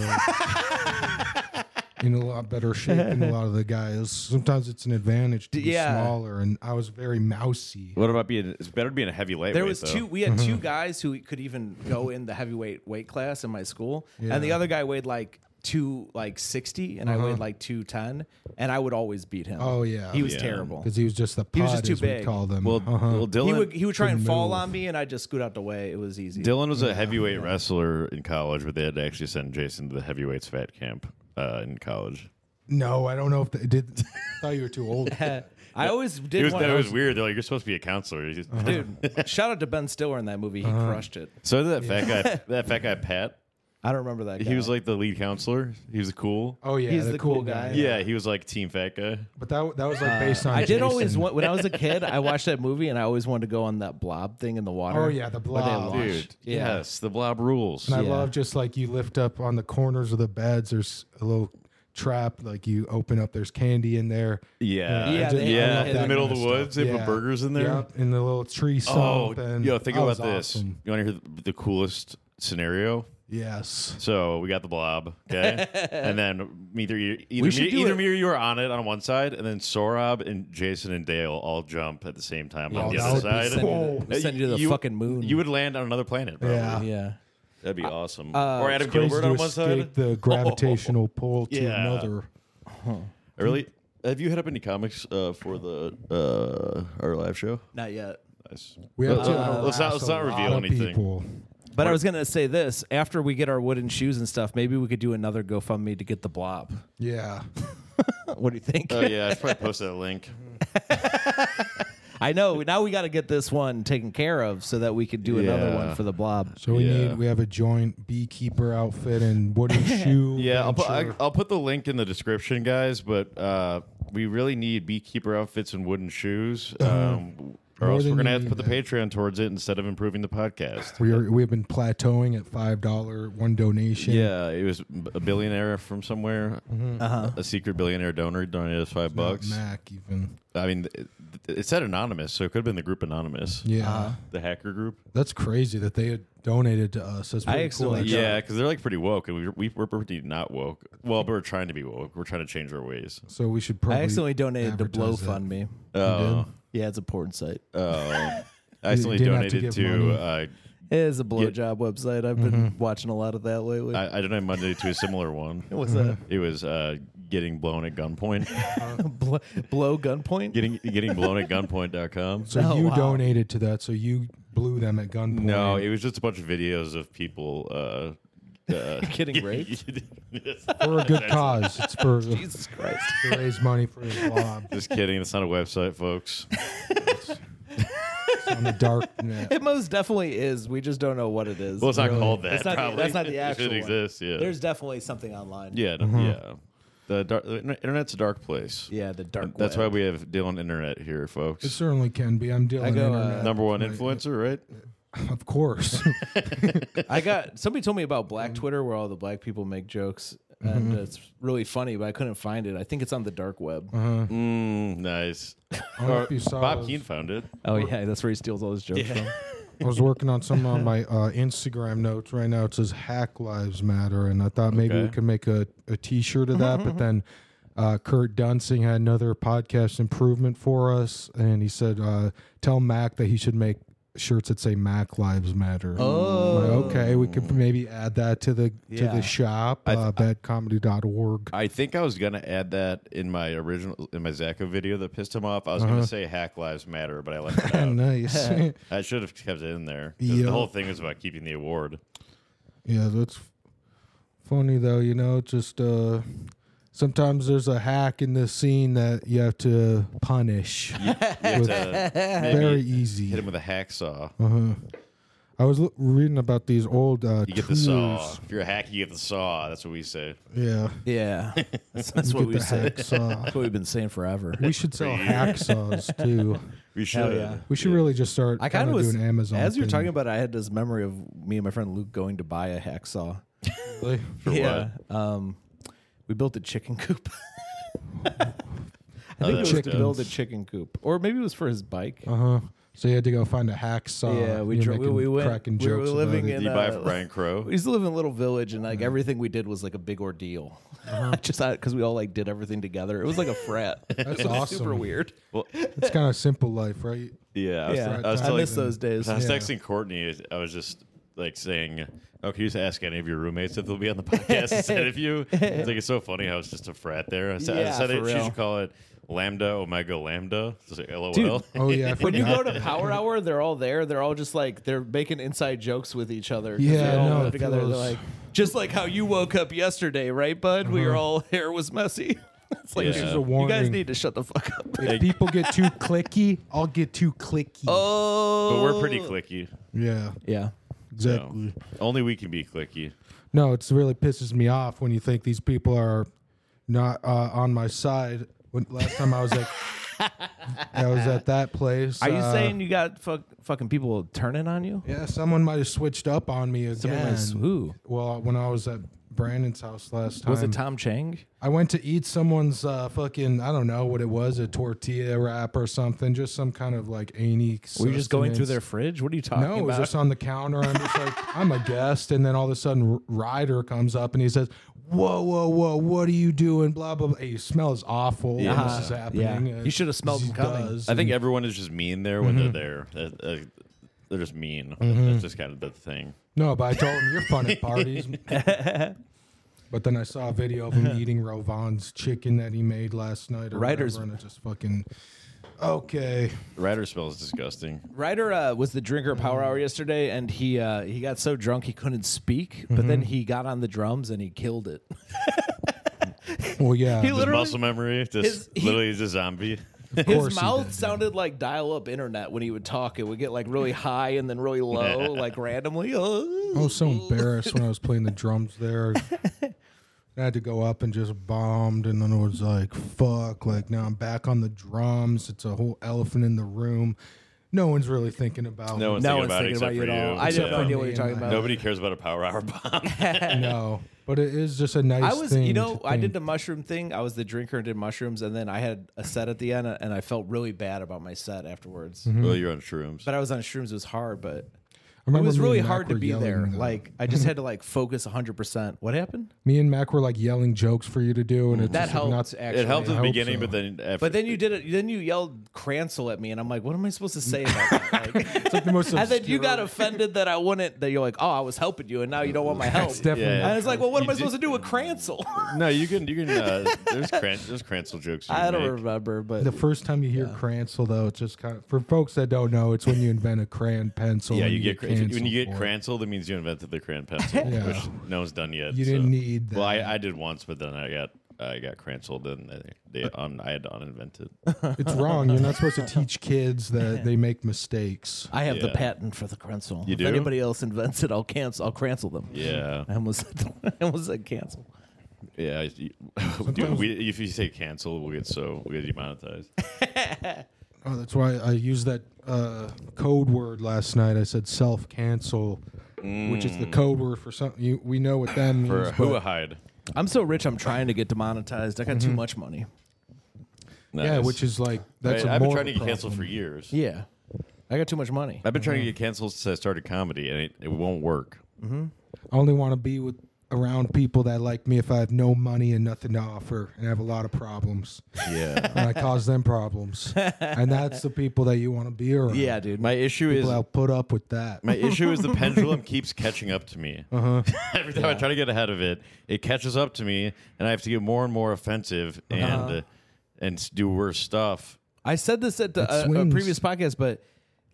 S3: in a lot better shape than a lot of the guys. Sometimes it's an advantage to be
S2: Yeah.
S3: smaller, and I was very mousy.
S1: What about being? It's better being a heavy lightweight.
S2: There was
S1: though.
S2: two. We
S1: *laughs*
S2: had two guys who could even go in the heavyweight weight class in my school, and the
S3: Yeah.
S2: other guy weighed like two like sixty, and I weighed like two ten, and I would always beat him.
S3: Oh, yeah.
S2: he was
S1: Uh-huh. Yeah.
S2: terrible.
S3: because he was just the pod,
S2: was just too
S3: as we
S2: big.
S3: call
S1: *laughs*
S3: them.
S1: Well, well Dylan,
S2: He would he would try and fall on me, and I just scoot out the way. It was easy.
S1: Dylan was *laughs* a heavyweight wrestler in college, but they had to actually send Jason to the heavyweights fat camp uh, in college.
S3: no, I don't know if they did. *laughs* I thought you were too
S2: *laughs*
S3: old.
S2: I always did.
S1: It was,
S2: want-
S1: that was weird. They're like, you're supposed to be a counselor. He's-
S2: dude. shout out to Ben Stiller in that movie. He
S1: Uh-huh.
S2: crushed it.
S1: *laughs* So that fat *laughs* guy, that fat guy Pat,
S2: I don't remember that. Guy.
S1: he was like the lead counselor. He was cool.
S3: Oh yeah,
S2: He's the cool guy. Uh,
S1: Yeah, he was like team fat guy.
S3: But that that was like based on.
S2: I did
S3: Jason.
S2: always want when I was a kid. I watched that movie, and I always wanted to go on that blob thing in the water.
S3: Oh, yeah, the
S2: where they
S3: blob.
S2: launch.
S1: Dude,
S2: Yeah.
S1: yes, the blob rules.
S3: And I
S2: Yeah.
S3: love just like you lift up on the corners of the beds. There's a little trap. Like you open up. There's candy in there.
S1: Yeah,
S2: Yeah,
S1: yeah,
S2: they- I
S1: in
S2: love
S1: the
S2: that
S1: middle of
S3: kind
S1: the
S3: of
S1: woods,
S3: stuff.
S1: they
S3: Yeah.
S1: put burgers in there.
S3: Yep, in the little tree
S1: Oh,
S3: stump. and
S1: yo, think
S3: that
S1: about
S3: was
S1: this.
S3: awesome.
S1: You want to hear the, the coolest scenario?
S3: Yes.
S1: So we got the blob,
S3: *laughs*
S1: okay, and then either you, either,
S2: We should
S1: me,
S2: do
S1: either
S2: it.
S1: me or you are on it on one side, and then Sorab and Jason and Dale all jump at the same time on
S3: Oh,
S1: the
S3: that
S1: other
S3: would be
S1: side.
S3: sick. Whoa.
S2: Send you to, send you to the fucking moon.
S1: You would land on another planet, bro.
S3: Yeah. Uh,
S2: yeah.
S1: That'd be awesome. or Adam
S3: Crazy
S1: Gilbert
S3: to
S1: on one
S3: escape
S1: side. *laughs* Oh.
S3: the gravitational pull to
S1: Yeah.
S3: another.
S1: I Oh, really, have you hit up any comics uh, for the uh, our live show?
S2: Not yet.
S1: Nice.
S3: We have to
S1: Uh, let's not let's
S3: harass
S1: not
S3: a
S1: reveal
S3: lot of
S1: anything.
S3: People.
S2: But I was gonna say this: after we get our wooden shoes and stuff, maybe we could do another GoFundMe to get
S1: *laughs*
S2: the blob.
S3: Yeah.
S2: What do you think?
S1: Oh yeah, I should probably post that link.
S2: *laughs* I know. Now we got to get this one taken care of so that we could do another
S1: Yeah.
S2: one for the blob.
S3: So we
S1: Yeah.
S3: need we have a joint beekeeper outfit and
S1: *laughs*
S3: wooden shoe.
S1: Yeah, I'll put, I,
S3: venture.
S1: I'll put the link in the description, guys. But uh, we really need beekeeper outfits and wooden shoes, um, or
S3: Uh-huh. More
S1: else we're
S3: than
S1: gonna
S3: you
S1: have to put the
S3: need
S1: Patreon towards it instead of improving the podcast.
S3: we are we have been plateauing at five dollar one donation.
S1: Yeah, it was a billionaire from somewhere, a secret billionaire donor donated us five
S3: Mm-hmm. Not
S1: bucks.
S3: Mac even.
S1: I mean, it, it said anonymous, so it could have been the group anonymous.
S3: Yeah.
S1: the hacker group.
S3: Uh, That's crazy that they had donated to us. That's
S2: I
S3: pretty cool.
S2: accidentally-
S3: actually.
S1: Yeah, because they're like pretty woke, and we, we we're pretty not woke. Well, we're trying to be woke. We're trying to change our ways.
S3: So we should probably
S2: I accidentally donated to Blow
S3: advertise that.
S2: Fund Me.
S1: Oh,
S2: Yeah, it's a porn site.
S1: oh. I accidentally
S3: didn't have
S1: donated
S3: to give
S1: to.
S3: money.
S1: Uh,
S2: It is a blowjob website. I've been watching a lot of that lately.
S1: Mm-hmm. I, I donated Monday to a similar one.
S2: What's that?
S1: It was uh, getting blown at gunpoint. Mm-hmm.
S2: *laughs* Blow, blow gunpoint?
S1: getting getting blown at gunpoint.com.
S3: So
S2: Oh,
S3: you
S2: wow.
S3: donated to that. So you blew them at gunpoint.
S1: No, it was just a bunch of videos of people. Uh, uh, *laughs*
S2: Getting raped?
S3: for a good cause. It's
S2: *laughs*
S3: for
S2: Jesus Christ.
S3: to raise money for his blob
S1: just kidding. It's not a website, folks.
S3: It's on the dark net.
S2: It most definitely is. We just don't know what it is.
S1: Well, it's not called that.
S2: That's not the-
S1: probably.
S2: that's not the actual
S1: It
S2: one.
S1: exists. Yeah.
S2: There's definitely something online.
S1: yeah. no- Yeah. The, dark, the internet's a dark place.
S2: Yeah, the dark
S1: That's why
S2: web.
S1: we have Dylan Internet here, folks.
S3: It certainly can be. I'm dealing
S2: I go, uh,
S3: internet.
S1: Number one influencer, right?
S3: Of course. *laughs*
S2: I got somebody told me about Black Twitter where all the black people make jokes. And it's really funny, but I couldn't find it. I think it's on the dark web.
S1: Mm, nice.
S3: I don't know if you saw
S1: Bob
S3: those-
S1: Keane found it.
S2: Oh yeah, that's where he steals all his jokes
S1: *laughs*
S2: from.
S3: I was working on something on my uh, Instagram notes right now. It says "Hack Lives Matter," and I thought maybe we
S1: Okay.
S3: could make a, a T-shirt of that.
S1: *laughs*
S3: but then uh, Kurt Dunsing had another podcast improvement for us, and he said, uh, "Tell Mac that he should make shirts that say Mac Lives Matter." Oh, okay, we could maybe add that to the to
S2: Yeah.
S3: the shop uh, badcomedy.org.
S1: I think I was gonna add that in my original in my Zacho video that pissed him off. I was
S3: Uh-huh.
S1: gonna say "Hack Lives Matter," but I left it
S3: *laughs*
S1: out.
S3: nice.
S1: *laughs* I should have kept it in there. 'cause
S3: Yeah.
S1: The whole thing was about keeping the award.
S3: Yeah, that's f- funny though. You know, just uh, sometimes there's a hack in the scene that you have to
S2: *laughs*
S3: punish.
S1: You have to maybe
S3: Very
S1: hit
S3: easy.
S1: him with a hacksaw.
S3: Uh-huh. I was lo- reading about these old uh,
S1: You get the
S3: tools.
S1: saw. If you're a hack, you get the saw. That's what we say.
S3: Yeah,
S2: Yeah, that's, that's what
S3: get
S2: we
S3: the
S2: say. *laughs*
S3: hacksaw.
S2: That's what we've been saying forever.
S3: we should sell hacksaws too.
S1: We should.
S2: yeah.
S3: We should really just start.
S2: I kind of was
S3: doing Amazon.
S2: as you're
S3: thing.
S2: talking about. it, I had this memory of me and my friend Luke going to buy a hacksaw.
S3: Really?
S2: Um, we built a chicken coop. *laughs* I
S1: Oh,
S2: think
S1: that
S2: it was
S1: was
S2: to
S1: dope.
S2: build a chicken coop, or maybe it was for his bike.
S3: Uh huh. So you had to go find a hacksaw.
S2: yeah, we,
S3: You're
S2: dro- we
S3: making
S2: we went.
S3: cracking
S2: we were
S3: jokes
S2: living
S3: about
S2: in.
S1: Do you buy it
S2: uh,
S1: from Brian Crow?
S2: *laughs* we used to live in a little village, and like
S3: Mm-hmm.
S2: everything we did was like a big ordeal. *laughs* Just because we all like did everything together. It was like a frat.
S3: Uh-huh. *laughs* That's
S2: It was
S3: awesome.
S2: Super weird.
S1: Well,
S3: it. It's kind of simple life, right?
S1: yeah. I was,
S2: Yeah,
S1: I was
S2: I
S1: telling-
S2: miss those days.
S1: I was
S3: Yeah.
S1: texting Courtney. I was just like saying, "Oh, can you just ask any of your roommates if they'll be on the podcast instead of you?" It's like it's so funny how it's just a frat there. I said, I
S2: Yeah,
S1: said
S2: for
S1: it, she
S2: real.
S1: should call it Lambda Omega Lambda. Just like LOL. *laughs*
S3: Oh yeah, I
S2: *laughs* When you
S3: forgot.
S2: go to Power Hour, they're all there. They're all just like they're making inside jokes with each other. 'cause
S3: Yeah,
S2: they all
S3: no,
S2: live
S3: it
S2: together. They're
S3: feels-
S2: like just like how you woke up yesterday, right, Bud? We
S3: Uh-huh.
S2: were all *laughs* hair was messy. it's like
S1: This is a
S2: you guys
S3: warning.
S2: need to shut the fuck up.
S3: if people get *laughs* too clicky, I'll get too clicky.
S2: *laughs* Oh,
S1: but we're pretty clicky.
S3: Yeah,
S2: Yeah.
S3: exactly.
S1: Only we can be clicky.
S3: No, it's really pisses me off when you think these people are not uh, on my side. When last time I
S2: *laughs*
S3: was at, I was at that place.
S2: Are you
S3: uh,
S2: saying you got fuck, fucking people turning on you?
S3: Yeah, someone might have switched up on me
S2: Somebody
S3: again.
S2: like, who?
S3: well, when I was at Brandon's house last time,
S2: Was it Tom Chang?
S3: I went to eat someone's uh, fucking I don't know what it was, a tortilla wrap or something, just some kind of like any.
S4: Were you just going through their fridge? What are you talking
S3: No, it was
S4: about?
S3: just on the counter. I'm just
S4: *laughs*
S3: like, I'm a guest, and then all of a sudden, R- Ryder comes up and he says, "Whoa, whoa, whoa! What are you doing? Blah blah. blah. Hey, you smell is awful. when
S2: Yeah.
S3: This is happening. Uh,
S2: Yeah. You should have smelled
S3: He
S2: him coming.
S3: does.
S1: I think everyone is just mean there when they're
S2: Mm-hmm.
S1: there. Uh, uh, they're just mean. That's just kind of the thing.
S3: No, but I told him you're fun
S2: *laughs*
S3: at parties. but then I saw a video of him eating Rovan's chicken that he made last night. Or
S2: Ryder's-
S3: whatever, and I just fucking okay.
S1: Rider smells disgusting.
S2: Ryder uh, was the drinker of Power Hour yesterday, and he uh, he got so drunk he couldn't speak. But then he got on the drums and he killed it.
S3: Well, yeah.
S2: He literally-
S1: Muscle memory, just
S2: his- he-
S1: literally is a zombie.
S2: *laughs*
S3: course
S2: His
S3: he
S2: mouth
S3: did.
S2: sounded like dial-up internet when he would talk. It would get like really high and then really low, like randomly.
S3: I
S2: Oh,
S3: was so embarrassed when I was playing the drums there. I had to go up and just bombed, and then it was like, fuck, like now I'm back on the drums. It's a whole elephant in the room. No one's really thinking about
S1: No one's
S2: no
S1: thinking
S2: one's
S1: about it
S2: thinking
S1: except
S2: about you
S1: for
S2: at all.
S1: you.
S2: I have
S1: so-
S2: no idea what you're talking about.
S1: Nobody cares about a power hour bomb.
S3: no, but it is just a nice
S2: I was,
S3: thing.
S2: you know,
S3: to
S2: I did
S3: think.
S2: the mushroom thing. I was the drinker and did mushrooms, and then I had a set at the end, and I felt really bad about my set afterwards.
S3: Hmm.
S1: well, you're on shrooms.
S2: But I was on shrooms; it was hard, but it
S3: I remember
S2: was
S3: me
S2: really
S3: and Mac
S2: hard to
S3: were
S2: be
S3: yelling,
S2: there.
S3: uh,
S2: Like I just had to like focus 100. percent What happened?
S3: me and Mac were like yelling jokes for you to do, and it's
S2: That
S3: just, like,
S2: helped
S3: not
S2: actually.
S1: it helped at
S3: I
S1: the
S3: hope
S1: beginning,
S3: so.
S1: but then after,
S2: But then you did it. Then you yelled Cransel at me, and I'm like, "What am I supposed to say about *laughs* that?" Like,
S3: it's like the most.
S2: and then you got
S3: obscure-
S2: offended that I wouldn't. That you're like, "Oh, I was helping you, and now you don't want my help."
S3: It's definitely
S1: Yeah.
S2: And it's like, "Well,
S1: You
S2: what am I
S1: did-
S2: supposed to do with Cransel?" *laughs*
S1: no, you can you can. Uh, there's cran- there's Cransel jokes. You
S2: I don't
S1: make.
S2: remember, but
S3: the first time you hear Cransel, though, it's just kind of for folks that don't know, it's when you invent a crayon pencil.
S1: Yeah,
S3: and
S1: you get cra- if you- when you get
S3: canceled for it.
S1: Cransel, that means you invented the crayon pencil,
S3: *laughs* Yeah.
S1: which no one's done yet.
S3: You
S1: so-
S3: didn't need
S1: Well,
S3: that.
S1: I, I did once, but then I got I got Cranseled, and they, they un, I had to uninvent
S3: *laughs*
S1: it.
S2: *laughs*
S3: It's wrong. You're not supposed to teach kids that they make mistakes.
S2: I have the
S1: Yeah.
S2: patent for the Krenzel.
S1: You
S2: if
S1: do?
S2: anybody else invents it, I'll cancel. I'll cancel them.
S1: Yeah,
S2: I almost, *laughs* said, I almost said cancel.
S1: yeah. I- *laughs* Dude,
S3: Sometimes-
S1: we, if you say cancel, we'll get so we'll get
S3: *laughs*
S1: demonetized.
S3: Oh, that's why I used that uh, code word last night. I said self cancel, which is the code word for something. You, we know what that
S1: Mm.
S3: means.
S1: For
S3: but-
S1: who hide?
S2: I'm so rich. I'm trying to get demonetized. I got too much money.
S3: yeah, which is like that's.
S1: I,
S3: a
S1: I've been
S3: moral
S1: trying to get canceled for
S3: problem.
S1: years.
S2: Yeah, I got too much money.
S1: I've been trying to get canceled since I started comedy, and it, it won't work.
S3: I only want to be with around people that like me if I have no money and nothing to offer and have a lot of problems.
S1: Yeah.
S3: and I cause them problems. And that's the people that you want to be
S1: *laughs*
S3: around.
S2: Yeah, dude.
S1: My issue is
S3: People that'll put up with that.
S1: my issue is the pendulum
S3: *laughs*
S1: keeps catching up to me. Uh-huh. *laughs* Every time I try to get ahead of it, it catches up to me, and I have to get more and more offensive
S3: Uh-huh.
S1: and uh, and s- do worse stuff.
S2: I said this at the, a, a
S3: swings.
S2: previous podcast, but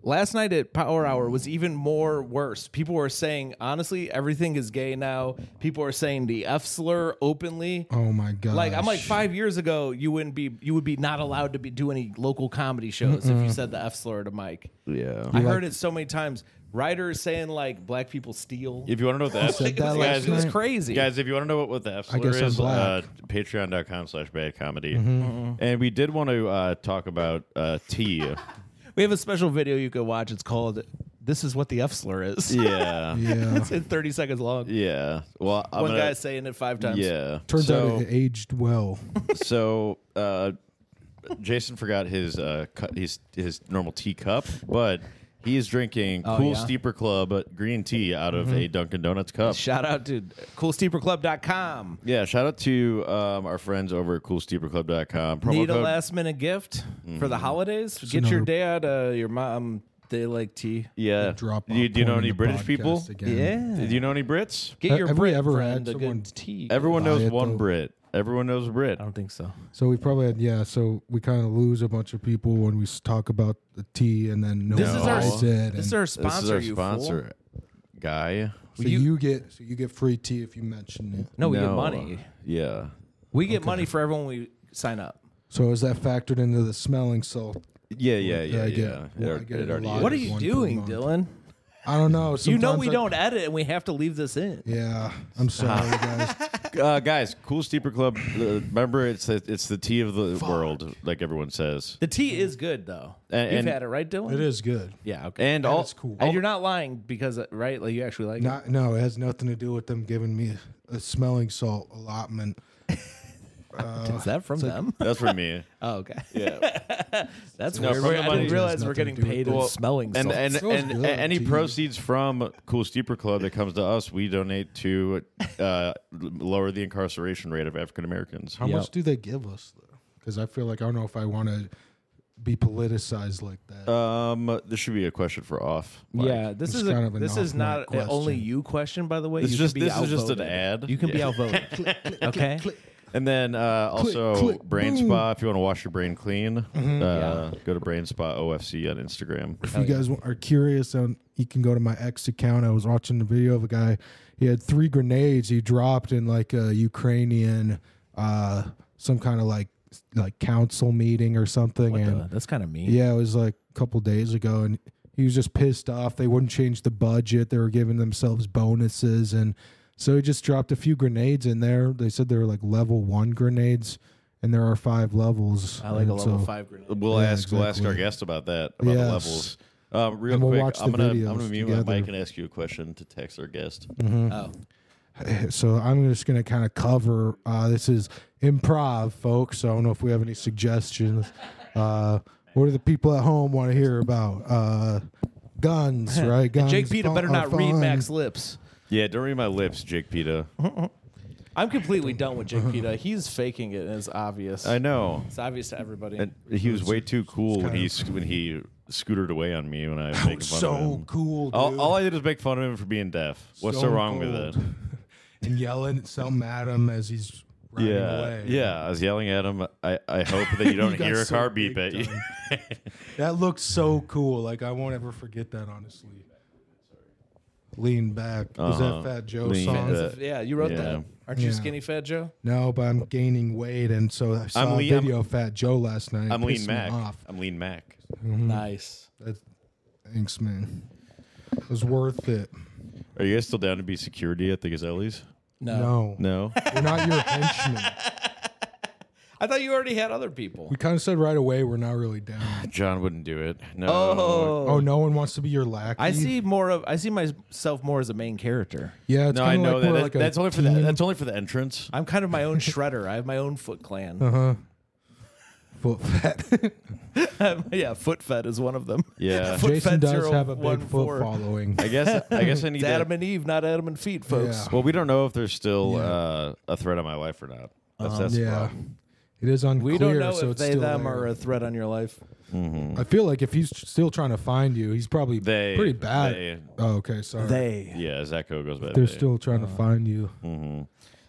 S2: last night at Power Hour was even more worse. People were saying, honestly, everything is gay now. People are saying the F slur openly.
S3: Oh my god!
S2: Like I'm like five years ago, you wouldn't be you would be not allowed to be do any local comedy shows if you said the F slur to Mike.
S1: Yeah.
S2: I heard it so many times. Writer is saying like black people steal.
S1: If you want to know what the F-
S3: said that
S1: guys,
S3: last
S2: It was
S3: night.
S2: crazy.
S1: guys, if you want to know what, what the F slur
S3: guess I'm
S1: is, uh,
S3: black. Mm-hmm.
S1: patreon.com slash bad comedy.
S2: Mm-hmm.
S1: And we did want to uh, talk about uh,
S3: *laughs*
S1: tea.
S2: we have a special video you can watch. It's called "This Is What the F Slur Is."
S1: yeah.
S2: *laughs*
S3: yeah.
S2: it's in 30 seconds long.
S1: Yeah. Well, I'm
S2: One
S1: gonna,
S2: guy's saying it five times.
S1: Yeah.
S3: Turns
S1: so,
S3: out it
S2: *laughs*
S3: aged well.
S1: so uh, Jason forgot his uh, cu- his his normal teacup, but he is drinking
S3: Oh,
S1: Cool
S2: yeah.
S1: Steeper Club uh, green tea out
S3: Mm-hmm.
S1: of a Dunkin' Donuts cup.
S2: Shout out to CoolSteeperClub.com.
S1: yeah, shout out to um, our friends over at CoolSteeperClub.com. Promo
S2: Need a
S1: code Mm.
S2: last minute gift for the holidays? Get
S3: another-
S2: your dad, uh, your mom, They like tea.
S1: Yeah.
S3: Drop
S1: Do you,
S3: off
S1: do you know
S3: point
S1: any
S3: in the
S1: British
S3: podcast
S1: people?
S3: again.
S1: Do you know any Brits?
S5: Get your
S3: Have we
S5: Brit
S3: ever
S5: friend
S3: had
S5: a
S3: someone-
S5: good tea.
S1: Everyone
S3: Buy
S1: knows
S3: it,
S1: one
S3: though.
S1: Brit. Everyone knows a Brit.
S2: I don't think so.
S3: So we probably had yeah. So we kind of lose a bunch of people when we s- talk about the tea, and then no
S2: This
S3: one
S2: is our-
S3: buys it.
S2: This is
S3: and-
S2: our
S1: This
S2: sponsor.
S1: is our
S2: you fool.
S1: sponsor guy.
S3: so
S2: you-
S3: you, get so you get free tea if you mention it.
S2: No, we get
S1: No.
S2: money.
S1: Yeah.
S2: We get money for everyone we sign up.
S3: So is that factored into the smelling salt?
S1: Yeah, yeah, yeah,
S3: I
S1: yeah.
S3: get-
S1: It
S3: I
S1: already-
S3: get
S1: it
S3: a
S1: already
S3: lot
S1: is.
S3: of
S2: What are you
S3: one per
S2: doing,
S3: month.
S2: Dylan?
S3: I don't know.
S2: You know we
S3: sometimes I-
S2: don't edit, and we have to leave this in.
S3: Yeah, I'm
S2: *laughs*
S3: sorry, guys.
S1: uh, guys, cool steeper club. uh, Remember, it's the, it's the tea of the world, like everyone says.
S2: The tea is good though.
S1: And-
S2: You've
S1: and-
S2: had it, right, Dylan?
S3: It is good.
S2: Yeah. Okay.
S1: And all
S3: is cool.
S2: And you're not lying because uh, right, like you actually like it.
S3: Not, no, it has nothing to do with them giving me a smelling salt allotment.
S2: Is that from them? *laughs*
S1: That's for me.
S2: Oh, okay.
S1: Yeah.
S2: That's
S1: No,
S2: weird.
S1: from
S2: We're-
S1: the
S2: I
S1: money-
S2: didn't realize
S3: Has
S2: we're getting
S3: nothing to do with
S2: paid
S3: it.
S2: in
S1: Well,
S2: smelling
S1: And
S2: salts.
S1: and,
S3: smells
S1: and,
S3: good,
S1: a- any
S3: tea.
S1: proceeds from Cool Steeper Club that comes to us, we donate to uh, lower the incarceration rate of African Americans.
S3: How
S2: Yep.
S3: much do they give us though? Because I feel like I don't know if I want to be politicized like that.
S1: Um, this should be a question for off. Like,
S2: yeah, this
S3: It's
S2: is a,
S3: kind of an
S2: this is not
S3: off-mic
S2: a- only
S3: question.
S2: you question, by the way.
S1: This
S2: you
S1: is
S2: can
S1: just
S2: be
S1: this is just an
S2: outvoted.
S1: ad.
S2: You can be
S1: Yeah.
S2: *laughs* outvoted. okay.
S1: And then uh, also
S3: click,
S1: Brain
S3: boom.
S1: Spa if you want to wash your brain clean. Uh, Go to Brain Spa OFC on Instagram.
S3: if you guys wa- are curious, um, you can go to my ex account. I was watching the video of a guy. He had three grenades he dropped in like a Ukrainian, uh, some kind of like like council meeting or something, and
S2: Uh, that's kind of mean.
S3: Yeah, it was like a couple days ago, and he was just pissed off. They wouldn't change the budget. They were giving themselves bonuses, and so he just dropped a few grenades in there. They said they were like level one grenades, and there are five levels.
S2: I like a
S3: and
S2: level
S3: so-
S2: five grenade.
S1: We'll
S3: Yeah,
S1: ask we'll ask our
S3: exactly.
S1: guest about that about the
S3: Yes.
S1: levels. Um, real
S3: And we'll
S1: quick,
S3: watch
S1: I'm
S3: the
S1: gonna
S3: videos
S1: I'm gonna mute my mic
S3: together.
S1: and ask you a question to text our guest.
S3: mm.
S2: Oh,
S3: So I'm just gonna kind of cover. Uh, this is improv, folks. So I don't know if we have any suggestions. Uh, what do the people at home want to hear about? Uh, *laughs* guns, right? Guns.
S2: Jake Pita
S3: fu-
S2: better
S3: are
S2: not read
S3: fun.
S2: Mac's lips.
S1: Yeah, don't read my lips, Jake Pita.
S2: I'm completely done with Jake
S3: *laughs*
S2: Pita. He's faking it, and it's obvious.
S1: I know.
S2: It's obvious to everybody.
S1: And he was way too cool when
S3: kinda-
S1: he sc- when he scootered away on me when I was making fun of him.
S3: So cool. Dude.
S1: All, all I did was make fun of him for being deaf. What's so,
S3: so
S1: wrong with it?
S3: cold. *laughs* and yelling at some at him as he's riding
S1: Yeah,
S3: away.
S1: yeah. I was yelling at him. I, I hope that you don't
S3: *laughs* You got
S1: hear a
S3: so
S1: car beep at you.
S3: big time. That looked so cool. Like I won't ever forget that honestly. Lean back. Was
S1: Uh-huh.
S3: that Fat Joe
S1: Lean
S3: song?
S1: back.
S2: yeah, you wrote
S1: Yeah.
S2: that. Aren't you
S3: Yeah.
S2: skinny fat Joe?
S3: No, but I'm gaining weight and so I saw
S1: I'm
S3: a
S1: lean-
S3: video of Fat Joe last
S1: *laughs*
S3: night.
S1: I'm
S3: It
S1: Lean
S3: pissed me
S1: Mac.
S3: Off.
S1: I'm Lean Mac.
S3: Mm-hmm.
S2: Nice.
S3: That, thanks, man. It was worth it.
S1: Are you guys still down to be security at the Gazellis?
S2: No.
S1: Uh,
S3: no.
S1: No.
S3: We're not your henchmen.
S2: I thought you already had other people.
S3: We kind of said right away we're not really down.
S1: John wouldn't do it. No.
S2: Oh,
S3: Oh, no one wants to be your lackey.
S2: I see more of. I see myself more as a main character.
S3: Yeah, it's
S1: No, I
S3: kinda
S1: know
S3: like
S1: that.
S3: we're
S1: That-
S3: like a
S1: that's only for the
S3: team.
S1: that's only for the
S3: *laughs*
S1: entrance.
S2: I'm kind of
S1: *laughs*
S2: my own shredder. I have my own Foot Clan.
S1: Uh-huh.
S2: *laughs*
S3: foot fat.
S2: yeah, Foot Fed is one of them.
S1: *laughs* Yeah.
S2: Foot
S3: Jason
S2: Fed
S3: does have a big
S2: 014.
S3: foot following.
S1: I guess I guess I need
S2: It's Adam
S1: that.
S2: and Eve, not Adam and Feet, folks.
S3: Yeah.
S1: Well, we don't know if there's still
S3: Yeah. Um,
S1: uh, a threat on my life or not. That's, that's the
S3: Yeah,
S1: problem.
S3: it is unclear.
S2: We don't know
S3: so
S2: if
S3: it's
S2: they
S3: still
S2: them
S3: there.
S2: are a threat on your life.
S3: I feel like if he's still trying to find you, he's probably
S1: They
S3: pretty bad.
S1: they- Uh.
S3: oh, okay, sorry.
S2: They.
S1: yeah, Zacho goes back.
S3: They're
S1: there.
S3: still trying to find you.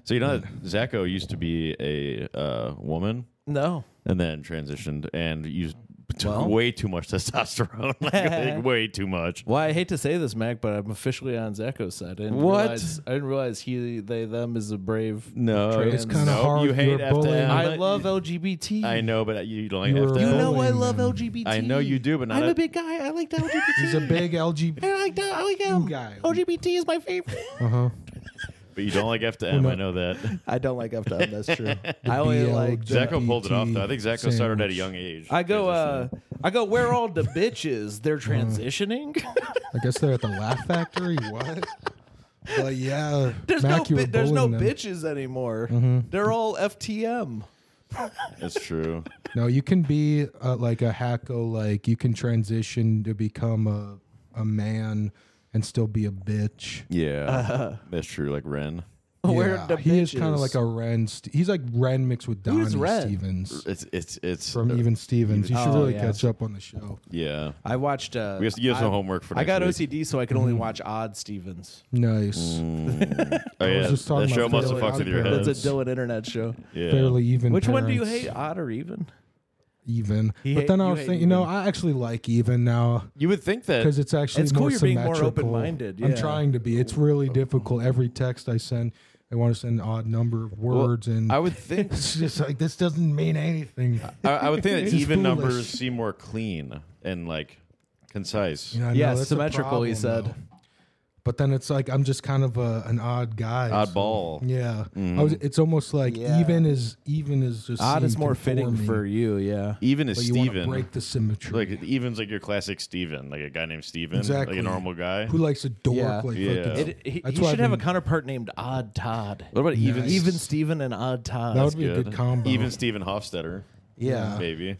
S1: So you know that Zacho used to be a uh, woman
S2: No.
S1: and then transitioned and used took
S2: Well.
S1: way too much *laughs* testosterone. like,
S3: *laughs*
S1: like, way too much.
S2: Well, I hate to say this, Mac, but I'm officially on Zeko's side. I didn't
S1: What?
S2: Realize, I didn't realize he, they, them is a brave.
S1: No,
S2: It's
S1: no,
S3: kinda hard.
S1: You hate
S3: You're bullying.
S1: FDM.
S2: I love LGBT.
S1: I know, but you don't like
S3: You were-
S1: FDM.
S2: You know I
S3: Bullying
S2: love
S3: them.
S2: LGBT.
S1: I know you do, but not
S2: I'm
S1: a-
S2: a big guy. I like the LGBT.
S3: He's
S1: *laughs*
S3: a big
S2: I
S3: LGBT.
S2: like that. I like him.
S3: guy.
S2: LGBT is my favorite.
S3: Uh huh.
S1: But you don't
S3: *laughs*
S1: like FDM. I know that.
S2: *laughs* I don't like FDM. That's true. I only
S3: BL.
S2: like.
S3: The
S1: Zacho pulled it off though. I think Zacho
S3: BT
S1: started at a
S3: sandwich.
S1: young age.
S2: I go. uh
S1: Transitioning.
S2: I go. Where all the bitches? They're
S3: Mm-hmm.
S2: transitioning. *laughs*
S3: I guess they're at the Laugh Factory. What? But yeah,
S2: there's
S3: Mac,
S2: no.
S3: you were
S2: Bi- there's no
S3: bullying them. Mm-hmm.
S2: bitches anymore. They're all FTM.
S1: That's *laughs* true.
S3: No, you can be uh, like a hacko. Like you can transition to become a a man and still be a bitch. Uh-huh.
S1: Yeah, that's true. Like Ren.
S3: Where
S6: the
S3: he is
S6: bitch
S3: kind of
S6: is.
S3: like a Ren. St- he's like Ren mixed with Donnie
S6: Who's Ren?
S3: Stevens
S1: It's it's it's
S3: from Even Stevens. You should
S2: Oh,
S3: really
S2: yeah.
S3: catch up on the show.
S1: yeah.
S2: I watched. Uh,
S1: We have to give
S2: I-
S1: some homework for.
S2: I
S1: Next
S2: got
S1: week.
S2: OCD, so I could
S3: Mm-hmm.
S2: only watch Odd Stevens.
S3: Nice,
S1: Oh yeah,
S3: just talking
S1: that
S3: about
S1: show must have
S3: Fairly
S1: fucked with your
S3: Odd
S1: head.
S2: That's a Dylan
S3: Parents.
S2: Internet show.
S1: Yeah.
S3: fairly even.
S2: Which one do you
S3: parents,
S2: hate, Odd or Even?
S3: Even.
S2: He
S3: but
S2: hate-
S3: then I
S2: you
S3: was
S2: hate
S3: thinking, you know,
S2: Even.
S3: I actually like Even now.
S1: You would think that
S3: because it's actually
S2: It's cool
S3: more
S2: you're being more
S3: symmetrical.
S2: open-minded,
S3: I'm
S2: yeah.
S3: trying to be. It's really difficult. Every text I send, I want to send an odd number of words, and
S1: I would think
S3: *laughs* it's just like this doesn't mean anything.
S2: Uh,
S1: I, I would think that
S3: *laughs* It's
S1: even
S3: foolish.
S1: numbers seem more clean and like concise.
S3: You know, I know
S2: Yeah,
S3: that's a
S2: symmetrical, he
S3: problem,
S2: said.
S3: though. But then it's like I'm just kind of a, an odd guy. so-
S1: Oddball.
S3: yeah, I was, it's almost like
S2: Yeah.
S3: even is even is just
S2: Mm-hmm. Odd is
S3: seemed
S2: more fitting
S3: conforming,
S2: for you, yeah.
S1: Even is
S3: But you want to
S1: Steven.
S3: break the symmetry.
S1: Like even's like your classic Steven, like a guy named Steven,
S3: Exactly.
S1: like a normal guy.
S3: Who likes a dork?
S2: Yeah.
S3: Like
S1: Yeah.
S3: fucking-
S2: It, he
S3: That's
S2: he
S3: why I've
S2: should have a
S3: been-
S2: counterpart named Odd Todd.
S1: what about even?
S3: Nice.
S2: Even Steven and Odd Todd.
S3: that would be a good combo.
S1: Even Steven Hofstetter,
S2: yeah.
S1: maybe.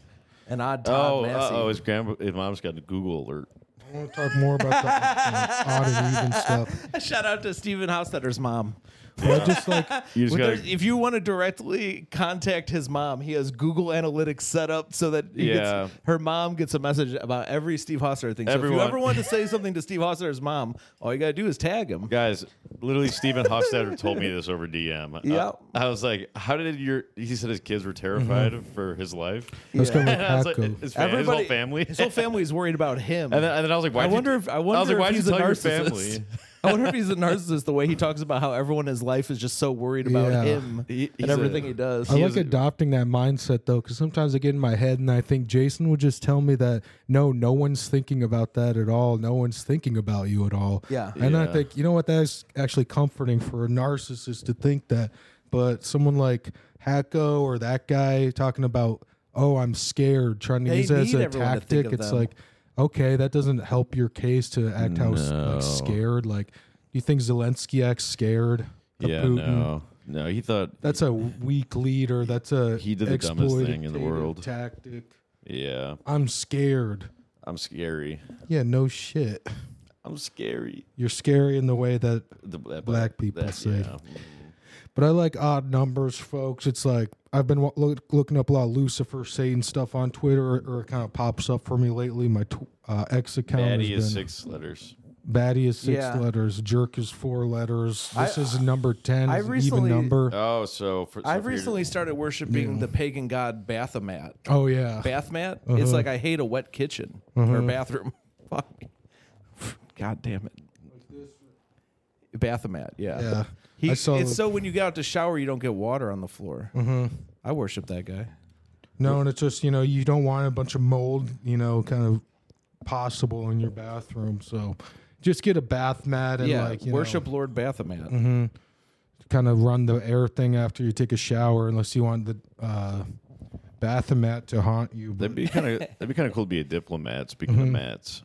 S2: And Odd Todd
S1: Oh,
S2: Massey.
S1: oh, his grandma, his mom's got a Google alert.
S3: I want to talk more about the uh, odd and even stuff.
S2: Shout out to Steven Hofstetter's mom.
S3: Well, e just like
S2: *laughs*
S1: You just gotta,
S2: Well, there's- if you want to directly contact his mom, he has Google Analytics set up so that he
S1: Yeah.
S2: gets, her mom gets a message about every Steve Hossetter thing. So if
S1: Everyone-
S2: you ever want
S1: *laughs*
S2: to say something to Steve Hossetter's mom, all you gotta do is tag him.
S1: guys, literally Steven Hofstetter told me this over DM. I-
S2: Yeah.
S1: I, was like, how did your? He said his kids were terrified
S3: Mm-hmm.
S1: for his life.
S3: Let's *laughs* go
S1: *laughs*
S3: with
S1: And I was like,
S3: Patco.
S1: his, fa- his whole family.
S2: his whole family is worried about
S1: *laughs*
S2: him.
S1: And then, and then I was like, why?
S2: I wonder if I wonder
S1: was like,
S2: if
S1: why'd you
S2: he's a
S1: tell your
S2: narcissist.
S1: family?
S2: *laughs* I wonder if he's a narcissist. The way he talks about how everyone in his life is just so worried about
S3: Yeah.
S2: him
S1: He- he's
S2: and everything
S1: a-
S2: he does.
S3: I
S1: He
S3: like
S1: is a-
S3: adopting that mindset though, because sometimes I get in my head and I think Jason would just tell me that no, no one's thinking about that at all. No one's thinking about you at all.
S2: Yeah.
S3: and I
S1: Yeah.
S3: think you know what that's actually comforting for a narcissist to think that, but someone like Hacko or that guy talking about oh I'm scared, trying to
S2: They
S3: use it as
S2: need
S3: a
S2: everyone to think
S3: tactic.
S2: of
S3: It's
S2: them.
S3: like okay, that doesn't help your case to act how s- like, scared. Like you think Zelensky acts scared? of
S1: Yeah,
S3: Putin?
S1: no, no. He thought
S3: That's a weak leader. That's a
S1: He did the dumbest thing in the
S3: exploitative
S1: world.
S3: Tactic.
S1: Yeah,
S3: I'm scared.
S1: I'm scary.
S3: Yeah, no shit.
S1: I'm scary.
S3: You're scary in the way that,
S1: The that-
S3: Black people say.
S1: yeah.
S3: but I like odd numbers, folks. It's like I've been wa- look, looking up a lot of Lucifer Satan stuff on Twitter, or it kind of pops up for me lately. My tw- uh, ex account
S1: Daddy
S3: has
S1: is
S3: been
S1: six letters.
S3: baddie is six
S2: Yeah.
S3: letters, jerk is four letters.
S2: I-
S3: This is number ten.
S2: I
S3: is an
S2: recently-
S3: even number.
S1: Oh, so for, so
S2: I've
S1: for your-
S2: recently started worshiping the pagan god Bathomat.
S3: oh yeah,
S2: bath mat.
S3: Uh-huh.
S2: It's like I hate a wet kitchen or bathroom. *laughs* Fuck me. God damn it. Bath mat, yeah.
S3: yeah.
S2: He,
S3: I saw
S2: it's
S3: the- Mm-hmm.
S2: so when you get out to shower, you don't get water on the floor. I worship that guy.
S3: No, and it's just you know you don't want a bunch of mold, you know, kind of possible in your bathroom. So just get a bath mat and
S2: yeah,
S3: like you
S2: worship
S3: know, Mm.
S2: Lord Bathomat.
S3: kind of run the air thing after you take a shower, unless you want the uh, bath mat to haunt you. But
S1: That'd be kind of that'd be kind of cool to be a diplomat. Speaking of mats,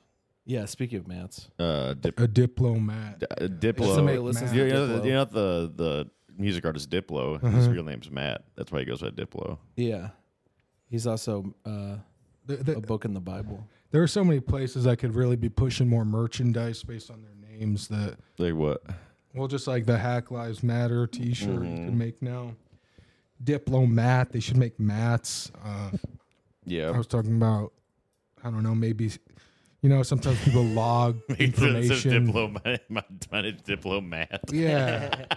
S2: Yeah, speaking of mats,
S1: uh, dip,
S3: a diplomat.
S1: uh,
S2: somebody
S1: Diplo.
S2: listens
S1: You
S2: to
S1: know,
S2: Diplo.
S1: you know the the music artist Diplo. His real name's Matt. That's why he goes by Diplo.
S2: yeah, he's also uh,
S3: Th- th-
S2: a book in the Bible.
S3: there are so many places I could really be pushing more merchandise based on their names. That
S1: Like what?
S3: well, just like the Hack Lives Matter T-shirt you
S2: Mm-hmm.
S3: can make now. Diplomat. They should make mats. Uh, I
S1: Yeah. *laughs*
S3: was talking about, I don't know, maybe, you know, sometimes
S1: *laughs*
S3: people log
S1: It says
S3: information.
S1: diplomat. *laughs* My, my name's diplomat.
S3: yeah,
S1: *laughs*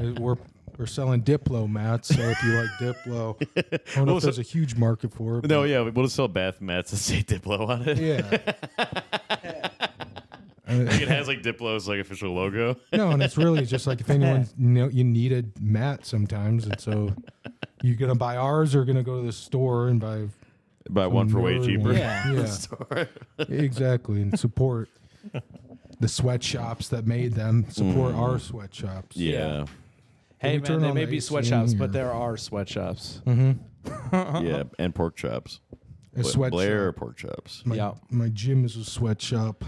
S3: Uh, we're we're selling diplomats. So if you like Diplo,
S1: *laughs*
S3: I don't know if there's a huge market for it.
S1: No,
S3: but
S1: yeah, we'll just sell bath mats and *laughs* say Diplo on it.
S3: yeah,
S1: *laughs* Like *laughs* it has like Diplo's like official logo.
S3: Uh, no, and it's really just like if anyone you know you need a mat sometimes,
S1: *laughs*
S3: and so you're gonna buy ours or gonna go to the store and buy
S1: Buy one for way
S3: your
S1: cheaper. *laughs*
S3: one. yeah, exactly, and support. The sweatshops that made them support our sweatshops.
S1: Mm. Yeah.
S2: Hey
S3: we
S2: man,
S3: turn
S2: they
S3: on
S2: may
S3: the
S2: be
S3: AC
S2: sweatshops,
S3: in
S2: but
S3: here?
S2: there are sweatshops.
S1: Yeah. And pork chops.
S3: a sweatshop.
S1: Blair pork chops.
S3: My,
S2: Yeah.
S3: my gym is a sweatshop.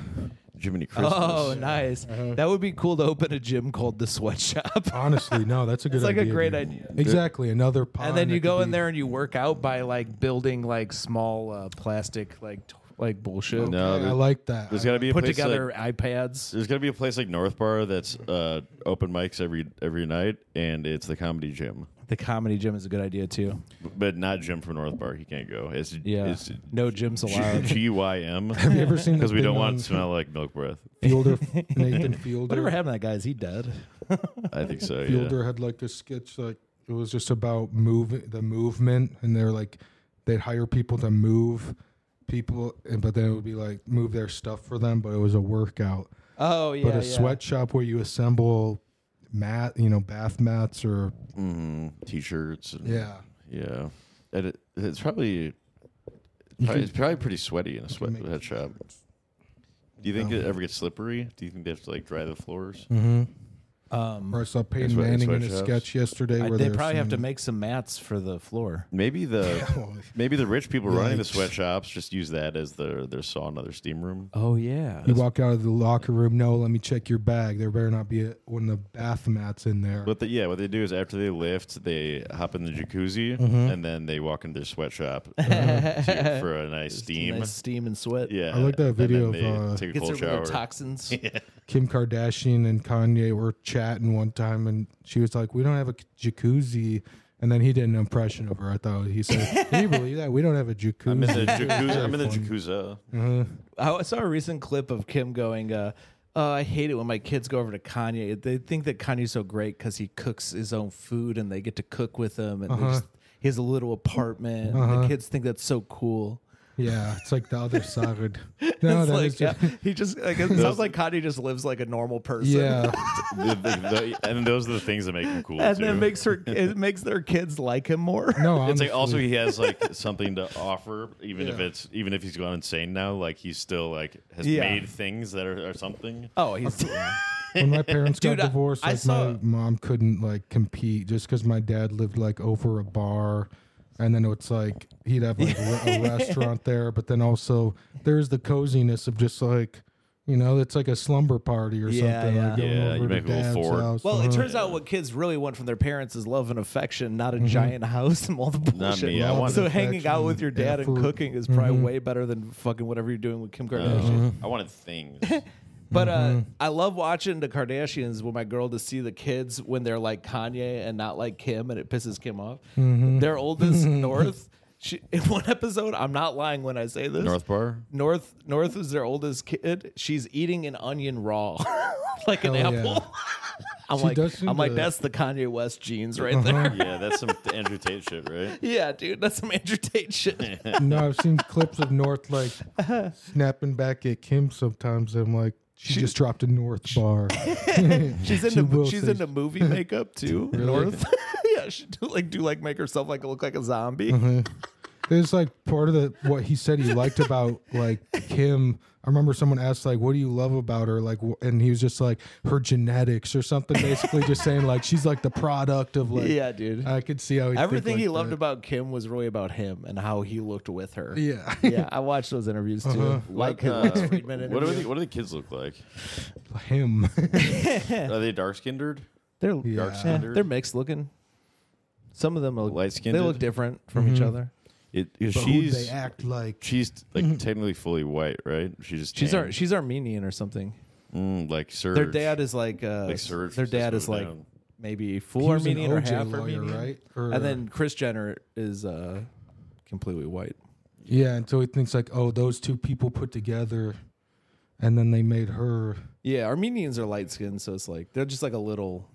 S1: Jiminy Christmas.
S4: *laughs*
S2: Oh, nice!
S4: Uh-huh.
S2: That would be cool to open a gym called the Sweatshop. *laughs*
S3: Honestly, no, that's a good.
S2: It's like a
S3: idea,
S2: great
S3: dude.
S2: idea.
S3: Exactly, another
S4: Oh,
S3: pond.
S2: and then
S3: that
S2: you
S3: could
S2: go in
S3: be-
S2: there and you work out by like building like small uh, plastic like t-
S4: like bullshit.
S1: No,
S3: I
S1: there,
S3: like that.
S1: has got to be a
S4: Put
S1: place
S4: together
S1: Like,
S4: iPads.
S1: there's got to be a place like North Bar that's uh, open mics every every night, and it's the comedy gym,
S4: The comedy gym is a good idea too.
S1: but not Jim from North Bar. He can't go. It's
S4: Yeah,
S1: it's
S4: no
S1: *laughs*
S4: gyms allowed.
S1: G Y
S3: *laughs*
S1: M
S3: Have you
S1: *laughs*
S3: ever seen
S1: because
S3: the
S1: we don't
S3: thing
S1: want
S3: on
S1: to smell like milk breath.
S3: Fielder Nathan Fielder?
S4: Whatever happened to that guy? Is he dead?
S1: I think so. Yeah.
S3: Fielder had like this sketch like it was just about move the movement, and they're like they'd hire people to move people, and but then it would be like move their stuff for them, but it was a workout.
S2: Oh yeah.
S3: but a
S2: yeah.
S3: sweatshop where you assemble mat, you know, bath mats or
S1: Mhm. T-shirts. And,
S3: yeah,
S1: Yeah. And it, it's probably, probably it's probably pretty sweaty in a sweat
S3: make- Oh.
S1: head shop. Do you think it ever gets slippery? Do you think they have to like dry the floors?
S2: Um,
S3: or I saw
S1: That's
S3: Peyton
S1: what- that's
S3: Manning
S1: what
S3: in a
S1: it shows.
S3: sketch yesterday
S4: I-
S3: where
S4: they
S3: they're
S4: probably have to
S3: saying-
S4: make some mats for the floor.
S1: Maybe
S3: *laughs*
S1: the
S3: well,
S1: maybe the rich people running the
S3: Yikes.
S1: sweatshops just use that as their their sauna, their steam room.
S4: Oh yeah.
S3: You walk out of the locker room. No, let me check your bag. There better not be a, one of the bath mats in there.
S1: But the, yeah, what they do is after they lift, they hop in the jacuzzi
S3: Mm-hmm.
S1: and then they walk into their
S2: *laughs*
S1: sweatshop uh, to- for a nice steam.
S2: Nice steam and sweat.
S1: Yeah,
S3: I like that
S1: and then
S3: video of,
S1: they
S3: uh,
S1: take a
S2: Gets
S1: cold
S2: rid of
S1: shower.
S2: the *laughs* toxins.
S3: Kim Kardashian and Kanye were chatting one time, and she was like, "We don't have a jacuzzi." And then he did an impression of her. I thought he said,
S4: *laughs*
S3: "Can you believe that? We don't have a jacuzzi."
S1: I'm *laughs* in
S3: *laughs*
S1: the jacuzzi.
S3: Very
S1: I'm in the
S3: funny. *laughs*
S1: jacuzzi.
S2: I saw a recent clip of Kim going, uh, uh, I hate it when my kids go over to Kanye. They think that Kanye's so great because he cooks his own food and they get to cook with him. And they
S3: Uh-huh.
S2: just, he has a little apartment. And the kids think that's so cool.
S3: yeah, it's like the
S1: *laughs*
S3: other side. No,
S2: It's
S3: that
S2: like,
S3: is
S2: yeah,
S3: just,
S2: he just, like,
S3: *laughs*
S2: it sounds like Kanye just lives like a normal person.
S3: yeah.
S1: The- the- the- and those are the things that make him cool.
S2: *laughs* And
S1: too.
S2: that makes her, it makes their kids like him more.
S3: No,
S1: *laughs* it's
S3: honestly,
S1: like also he has
S3: *laughs*
S1: like something to offer, even if it's even if he's gone insane now. Like he's still like has
S2: Yeah.
S1: made things that are, are something.
S2: *laughs* Oh, he's,
S3: when
S1: *laughs*
S3: my parents got
S2: Dude, I-
S3: divorced,
S2: I
S3: like
S2: saw-
S3: my mom couldn't like compete just because my dad lived like over a bar, and then it's like he'd have like a,
S2: *laughs*
S3: a restaurant there, but then also there's the coziness of just like. You know, it's like a slumber party or
S2: Yeah,
S3: something.
S2: yeah.
S3: Like going
S1: Yeah,
S3: over
S1: you
S3: to
S1: make a little
S3: dad's
S1: fort.
S3: house.
S2: well, it
S3: Uh-huh.
S2: turns out what kids really want from their parents is love and affection, not a giant *laughs* house and multiple
S1: Not
S2: shit.
S1: me. I
S3: Mm-hmm. Love
S1: want
S2: So
S3: and Mm-hmm.
S2: hanging out
S3: affection
S2: with your dad and
S3: effort.
S2: cooking is probably way better than fucking whatever you're doing with Kim
S3: Uh-huh.
S2: Kardashian.
S1: Oh,
S3: Mm-hmm.
S1: I wanted things.
S2: But uh, I love watching the Kardashians with my girl to see the kids when they're like Kanye and not like Kim, and it pisses Kim off.
S3: Mm-hmm.
S2: Their
S3: *laughs*
S2: oldest North, she, *laughs* in one episode, I'm not lying when I say this.
S1: *laughs* North Bar.
S2: North North is their oldest kid. She's eating an onion raw, *laughs* like an
S3: Hell yeah.
S2: apple.
S3: *laughs*
S2: I'm
S3: She
S2: like,
S3: does seem
S2: I'm like,
S3: to- Uh-huh.
S2: that's the Kanye West genes right there.
S1: Yeah, that's some *laughs* Andrew Tate shit, right?
S2: *laughs* yeah, dude, that's some Andrew Tate
S3: *laughs*
S2: shit.
S3: no, I've seen clips of North like
S2: *laughs*
S3: snapping back at Kim sometimes. I'm like, she, just dropped a
S2: *laughs*
S3: North bar.
S2: She's
S3: She
S2: into
S3: will
S2: she's
S3: say
S2: into movie
S3: *laughs*
S2: makeup too.
S3: Really?
S2: North, *laughs* yeah, she do like do like make herself like look like a zombie.
S3: Uh-huh. There's like part of the what he said he liked about like Kim. I remember someone asked like, "What do you love about her?" Like, wh- and he was just like, "Her genetics or something." Basically, just saying like she's like the product of like.
S2: Yeah, dude.
S3: I could see how he'd think
S2: Everything he
S3: like
S2: loved
S3: that.
S2: about Kim was really about him and how he looked with her.
S3: Yeah.
S2: *laughs*
S3: Uh-huh.
S2: yeah. I watched those interviews too, like his
S1: Uh,
S2: Lex Friedman interview.
S1: what, are the, what do the kids look like?
S3: *laughs* him.
S1: Are they dark skinned?
S2: they're
S3: Yeah.
S2: yeah, they're mixed looking. Some of them look
S1: Light-skinned?
S2: They look different from each other.
S1: It, is
S3: But who
S1: she's
S3: they act like?
S1: she's like technically fully white, right? She's just
S2: Mm-hmm. She's
S1: tan.
S2: Ar- she's Armenian or something.
S1: Mm, like Serge.
S2: Their dad is like, uh,
S1: Like Serge
S2: their
S1: from
S2: dad
S1: System
S2: is
S1: of a
S2: like
S1: Down.
S2: maybe full
S3: He was an
S2: Armenian or
S3: OJ
S2: half
S3: lawyer,
S2: Armenian,
S3: right? Or-
S2: and then Chris Jenner is uh, completely white.
S3: Yeah, and so he thinks like, oh, those two people put together, and then they made her.
S2: Yeah, Armenians are light skinned, so it's like they're just like a little,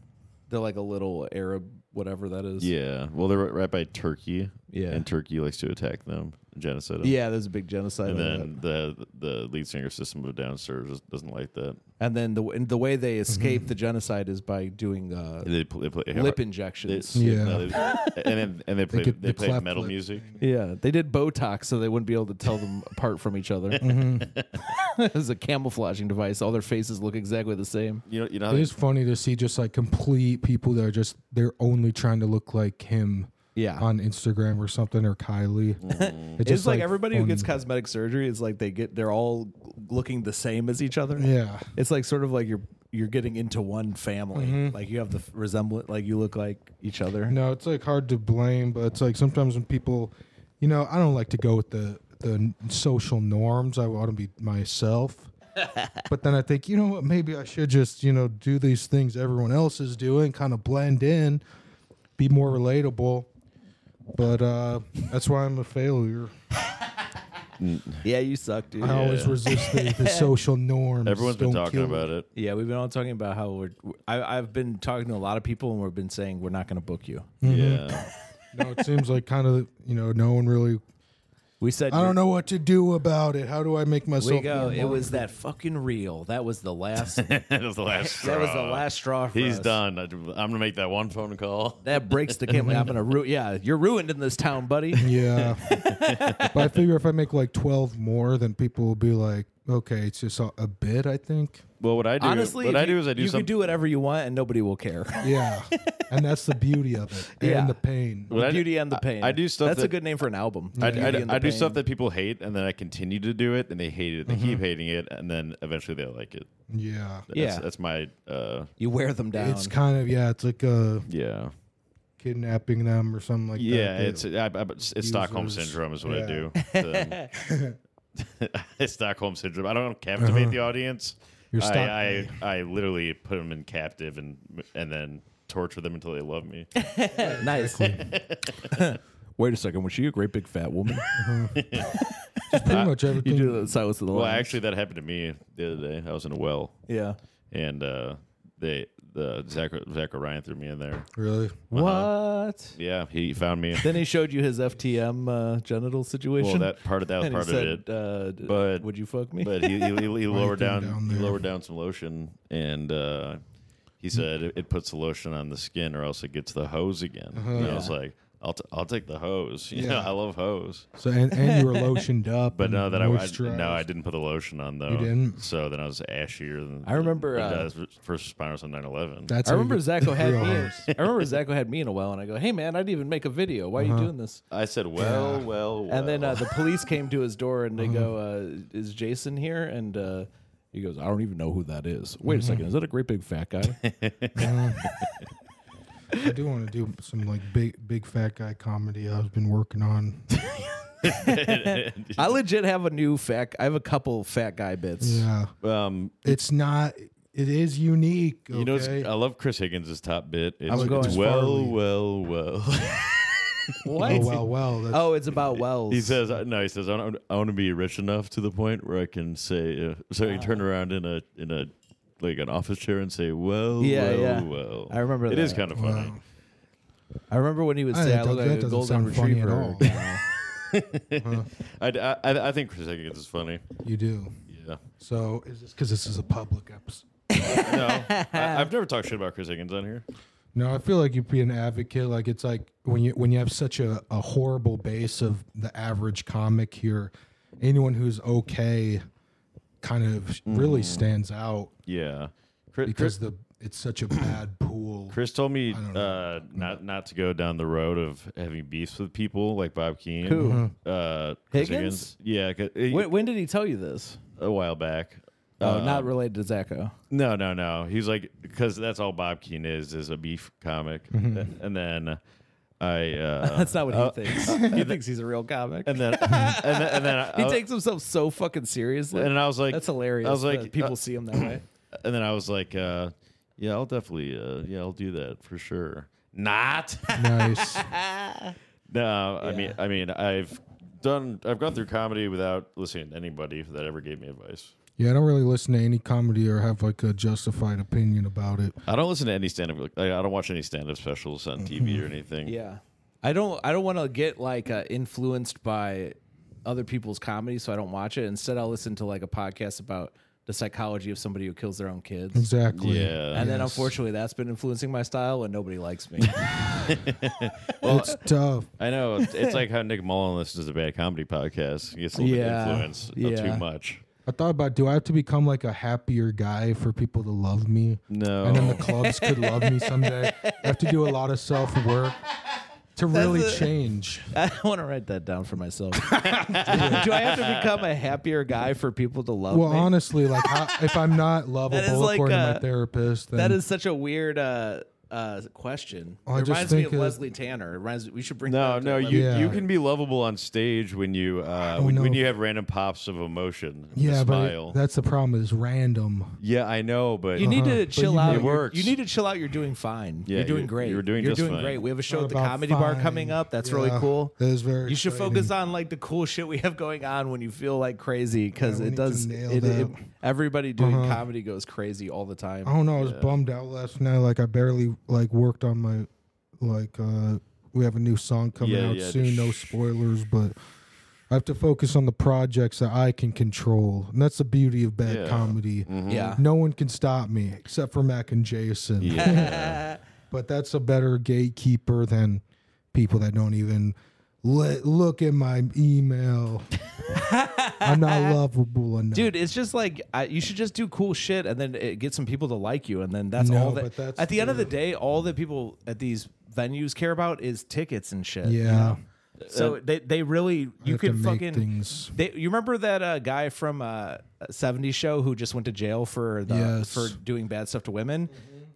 S2: they're like a little Arab, whatever that is.
S1: Yeah. Well, they're right by Turkey.
S2: Yeah.
S1: And Turkey likes to attack them, genocide them.
S2: Yeah, there's a big genocide.
S1: And
S2: over that.
S1: then the the lead singer System of a Down Serge just doesn't like that.
S2: and then the and the way they escape the genocide is by doing uh,
S1: They pl- they play
S2: lip
S1: they-
S2: injections.
S3: Yeah.
S1: no, they- and then
S3: *laughs*
S1: and they play
S3: get
S1: they
S3: the
S1: play
S3: clap
S1: metal
S3: lip
S1: music.
S2: yeah, they did Botox so they wouldn't be able to tell them *laughs* apart from each other.
S3: Mm-hmm.
S2: *laughs* it was a camouflaging device. All their faces look exactly the same.
S1: You know you know how
S3: It
S1: they-
S3: is funny to see just like complete people that are just they're only trying to look like him.
S2: Yeah.
S3: on Instagram or something or Kylie.
S2: Mm. It's, like, everybody who gets
S3: fun-
S2: cosmetic surgery is like they get they're all looking the same as each other.
S3: Yeah.
S2: It's like sort of like you're you're getting into one family.
S3: Mm-hmm.
S2: Like you have the resemblance, like you look like each other.
S3: No, it's like hard to blame, but it's like sometimes when people, you know, I don't like to go with the the social norms. I want to be
S2: *laughs*
S3: myself. but then I think, you know what, maybe I should just, you know, do these things everyone else is doing, kind of blend in, be more relatable. But uh, that's why I'm a failure.
S2: Yeah, you suck, dude.
S3: I always resist the,
S2: *laughs*
S3: the social norms.
S1: Everyone's been
S3: Don't
S1: talking
S3: kill me.
S1: about it.
S2: Yeah, we've been all talking about how we're. I, I've been talking to a lot of people, and we've been saying we're not going to book you.
S3: Mm. Mm-hmm.
S1: Yeah. *laughs*
S3: *laughs* No, it seems like kind of, you know, no one really.
S2: We said
S3: I don't know what to do about it. How do I make myself?
S2: We go.
S3: more
S2: It was that fucking reel. That was the last. *laughs*
S3: *laughs*
S2: that
S1: that was the last straw.
S2: was the last straw. For
S1: He's
S2: us.
S1: done. I- I'm gonna make that one phone call.
S2: That breaks
S1: *laughs*
S2: the game. I'm gonna ruin. Yeah, you're ruined in this town, buddy.
S3: Yeah. but I figure if I make like 12 more, then people will be like, okay, it's just a, a bit, I think.
S1: Well, what I do,
S2: Honestly,
S1: what
S2: if
S1: I do
S2: you-
S1: is I do
S2: you
S1: something.
S2: can do whatever you want, and nobody will care. *laughs*
S3: Yeah. and that's the beauty of it and
S2: Yeah.
S3: the pain.
S1: *laughs* what I do-
S2: Beauty and the pain.
S1: I, I do stuff.
S2: That's a
S1: that-
S2: good name for an album.
S1: I,
S2: Beauty
S1: I,
S2: and the
S1: I do
S2: Pain.
S1: stuff that people hate, and then I continue to do it, and they hate it. They
S3: Mm-hmm.
S1: keep hating it, and then eventually they like it.
S3: Yeah.
S1: That's,
S2: Yeah.
S1: that's my uh,
S2: you wear them down.
S3: It's kind of, yeah, it's like uh,
S1: yeah,
S3: kidnapping them or something like
S1: yeah.
S3: that.
S1: It's I, I, it's Stockholm
S3: Users.
S1: syndrome is what I
S3: Yeah.
S1: do. to them.
S3: *laughs*
S1: it's *laughs* Stockholm syndrome. I don't captivate the audience.
S3: Uh-huh. You're stuck.
S1: I, I I literally put them in captive and and then torture them until they love me.
S2: nice. *laughs*
S1: *laughs*
S2: Wait a second. Was she a great big fat woman?
S3: It's pretty
S2: *laughs*
S3: much
S2: you
S3: everything.
S2: do the silence of the
S1: well,
S2: Lambs.
S1: actually, that happened to me the other day. I was in a well,
S2: yeah.
S1: and uh, they the Zach Zach Ryan threw me in there.
S3: Really?
S1: uh-huh.
S2: What?
S1: Yeah, he found me.
S2: Then he showed you his FTM uh, genital situation.
S1: Well, that part of that was
S2: and he
S1: part of it.
S2: said, uh, d-
S1: But-
S2: would you fuck me?
S1: but he, he,
S3: *laughs*
S1: he lowered
S3: thing
S1: down,
S3: down
S1: he
S3: there.
S1: lowered down some lotion, and uh, he said it, it puts the lotion on the skin, or else it gets the hose again. And I was like, I'll, t- I'll take the hose. *laughs* You know,
S3: Uh-huh. Yeah.
S1: I love hose.
S3: So, and, and you
S1: *laughs*
S3: were lotioned up.
S1: But
S3: and
S1: no, that I, I
S3: moisturized.
S1: no, I didn't put the lotion on though.
S3: didn't?
S1: So then I was ashier than
S2: I remember,
S1: than
S2: uh,
S1: the first responders on 9-11.
S3: That's
S2: I
S3: how
S2: remember
S3: you get
S2: Zacho had
S3: *laughs* real
S2: me.
S3: hard.
S2: I remember Zacho had me in a well, and I go, "Hey man, I didn't even make a video. Why are
S3: Uh-huh.
S2: you doing this?"
S1: I said, well, well, well.
S2: And then uh, the police came to his door, and
S3: Uh-huh.
S2: they go, uh, "Is Jason here?" And uh, he goes, "I don't even know who that is. Wait a
S3: Mm-hmm.
S2: second, is that a great big fat guy?"
S3: *laughs*
S2: *laughs*
S3: I do want to do some like big, big fat guy comedy I've been
S1: *laughs*
S3: working on.
S2: I legit have a new fat. I have a couple fat guy bits. *laughs*
S3: Yeah.
S2: uh,
S1: um,
S3: It's not. It is unique. Okay? Oh,
S1: you know, it's, I love Chris Higgins' top bit. It's,
S2: I'm going-
S1: it's well,
S3: Farley.
S1: well, well. *laughs*
S2: What?
S3: Oh well, well. That's,
S2: Oh, it's
S3: *laughs*
S2: about Wells.
S1: He says, uh, "No, he says I, don't, I want to be rich enough to the point where I can say." Uh, so
S2: Ah.
S1: he turned around in a in a like an office chair and say, "Well,
S2: Yeah,
S1: well,
S2: yeah.
S1: well."
S2: I remember
S1: It is
S2: that.
S1: kind of funny.
S3: Wow.
S2: I remember when he would
S3: I
S2: say, "I,
S3: don't-
S2: look
S3: that
S2: like a
S3: doesn't
S2: golden
S3: sound funny at
S2: retriever."
S3: all.
S2: guy."
S1: I, I, I think Chris Higgins is funny.
S3: you do.
S1: Yeah.
S3: So is this because this is a public episode?
S1: No, I,
S2: *laughs*
S1: I've never talked shit about Chris Higgins on here.
S3: No, I feel like you'd be an advocate. Like it's like when you when you have such a, a horrible base of the average comic here, anyone who's okay kind of really stands out
S1: Yeah. Chris, Mm. Chris,
S3: because the it's such
S1: *coughs*
S3: a bad pool.
S1: Chris told me
S3: don't know.
S1: uh, not not to go down the road of having beefs with people like Bob Keane.
S2: Who?
S3: Mm-hmm.
S1: Uh, Chris
S2: Higgins?
S1: Higgins? Yeah, 'cause he-
S2: *laughs* When, when did he tell you this?
S1: a while back.
S2: Oh,
S3: Uh,
S1: Um,
S2: not related to Zacho.
S1: No, no, no. He's like because that's all Bob Keane is is a beef comic, and then
S2: *laughs*
S1: I uh,
S2: That's not what he
S3: *laughs*
S2: thinks. he thinks he's a real comic.
S1: and then *laughs* and then, and then I,
S3: uh,
S2: he takes himself so fucking seriously.
S1: and I was like
S2: That's hilarious.
S1: I was like
S2: that people
S1: uh,
S2: see him that way.
S1: and then I was like uh, yeah I'll definitely uh, yeah I'll do that for sure. Not *laughs*
S3: nice.
S1: no. I mean I mean I've done I've gone through comedy without listening to anybody that ever gave me advice.
S3: Yeah, I don't really listen to any comedy or have like a justified opinion about it.
S1: I don't listen to any stand up. Like, I don't watch any stand up specials
S2: *laughs*
S1: on TV or anything.
S2: *clears throat* Yeah, I don't. I don't want to get like uh, influenced by other people's comedy, so I don't watch it. Instead, I'll listen to like a podcast about the psychology of somebody who kills their own kids.
S3: Exactly.
S1: Yeah.
S2: And then, unfortunately, that's been influencing my style, and nobody likes *laughs* me.
S3: it's tough.
S1: I know. It's it's
S3: *laughs*
S1: like how Nick Mullen listens to bad comedy podcasts. He gets a little
S2: Yeah,
S1: bit influenced of
S2: yeah.
S1: too much.
S3: I thought about do I have to become like a happier guy for people to love me?
S1: No.
S3: And then the clubs could love me someday. I have to do a lot of self work to really change.
S2: I want to write *laughs* that down for *laughs* myself. Do I have to become a happier guy for people to love
S3: Well,
S2: me?
S3: honestly, like how, if I'm not
S2: is
S3: lovable
S2: like,
S3: according to
S2: uh,
S3: my therapist, then
S2: that is such a weird uh uh, question. it
S3: I just
S2: reminds me
S3: think
S2: of
S3: it-
S2: Leslie Tanner. It reminds we should bring
S1: *laughs*
S2: that
S1: No,
S2: up to
S1: no,
S2: Leslie
S1: you
S3: Yeah.
S1: you can be lovable on stage when you uh,
S3: don't
S1: when,
S3: know
S1: when
S3: if-
S1: you have random pops of emotion. and a
S3: Yeah, but
S1: smile.
S3: that's the problem is random.
S1: yeah, I know, but *laughs*
S2: You need
S3: Uh-huh.
S2: to
S3: But
S2: chill
S3: you-
S2: out.
S1: It
S2: You're-
S1: works.
S2: You need to chill out. You're doing fine.
S1: Yeah,
S2: you're doing
S1: you're-
S2: great.
S1: you're doing just fine.
S2: great. We have a show at the
S3: About
S2: comedy bar
S3: fine.
S2: coming up. That's really
S3: Yeah,
S2: cool.
S3: That is very.
S2: You should focus on like the cool shit we have going on when you feel like crazy because
S3: Yeah, we
S2: it
S3: need to
S2: does.
S3: nail
S2: It,
S3: that. Uh-huh. Oh,
S2: it, everybody doing comedy goes crazy all the time.
S3: I don't know. I was bummed out last night. Like I barely like worked on my like. uh We have a new song coming
S1: Yeah,
S3: out
S1: yeah,
S3: soon. No spoilers, but I have to focus on the projects that I can control, and that's the beauty of bad
S1: Yeah. Mm-hmm.
S3: comedy.
S2: Yeah.
S3: No one can stop me except for Mac and Jason.
S1: yeah,
S3: But that's a better gatekeeper than people that don't even li- look at my
S1: *laughs*
S3: email. I'm not lovable enough.
S2: Dude, it's just like I, you should just do cool shit and then it, get some people to like you, and then that's
S3: No,
S2: all that.
S3: but that's
S2: at the end of the day, all that people at these venues care about is tickets and shit. you
S3: Yeah.
S2: know? So they they really
S3: Uh, I
S2: you
S3: have to
S2: can
S3: make
S2: fucking
S3: things.
S2: They, you remember that uh, guy from uh, '70s show who just went to jail for the
S3: Yes.
S2: for doing bad stuff to women?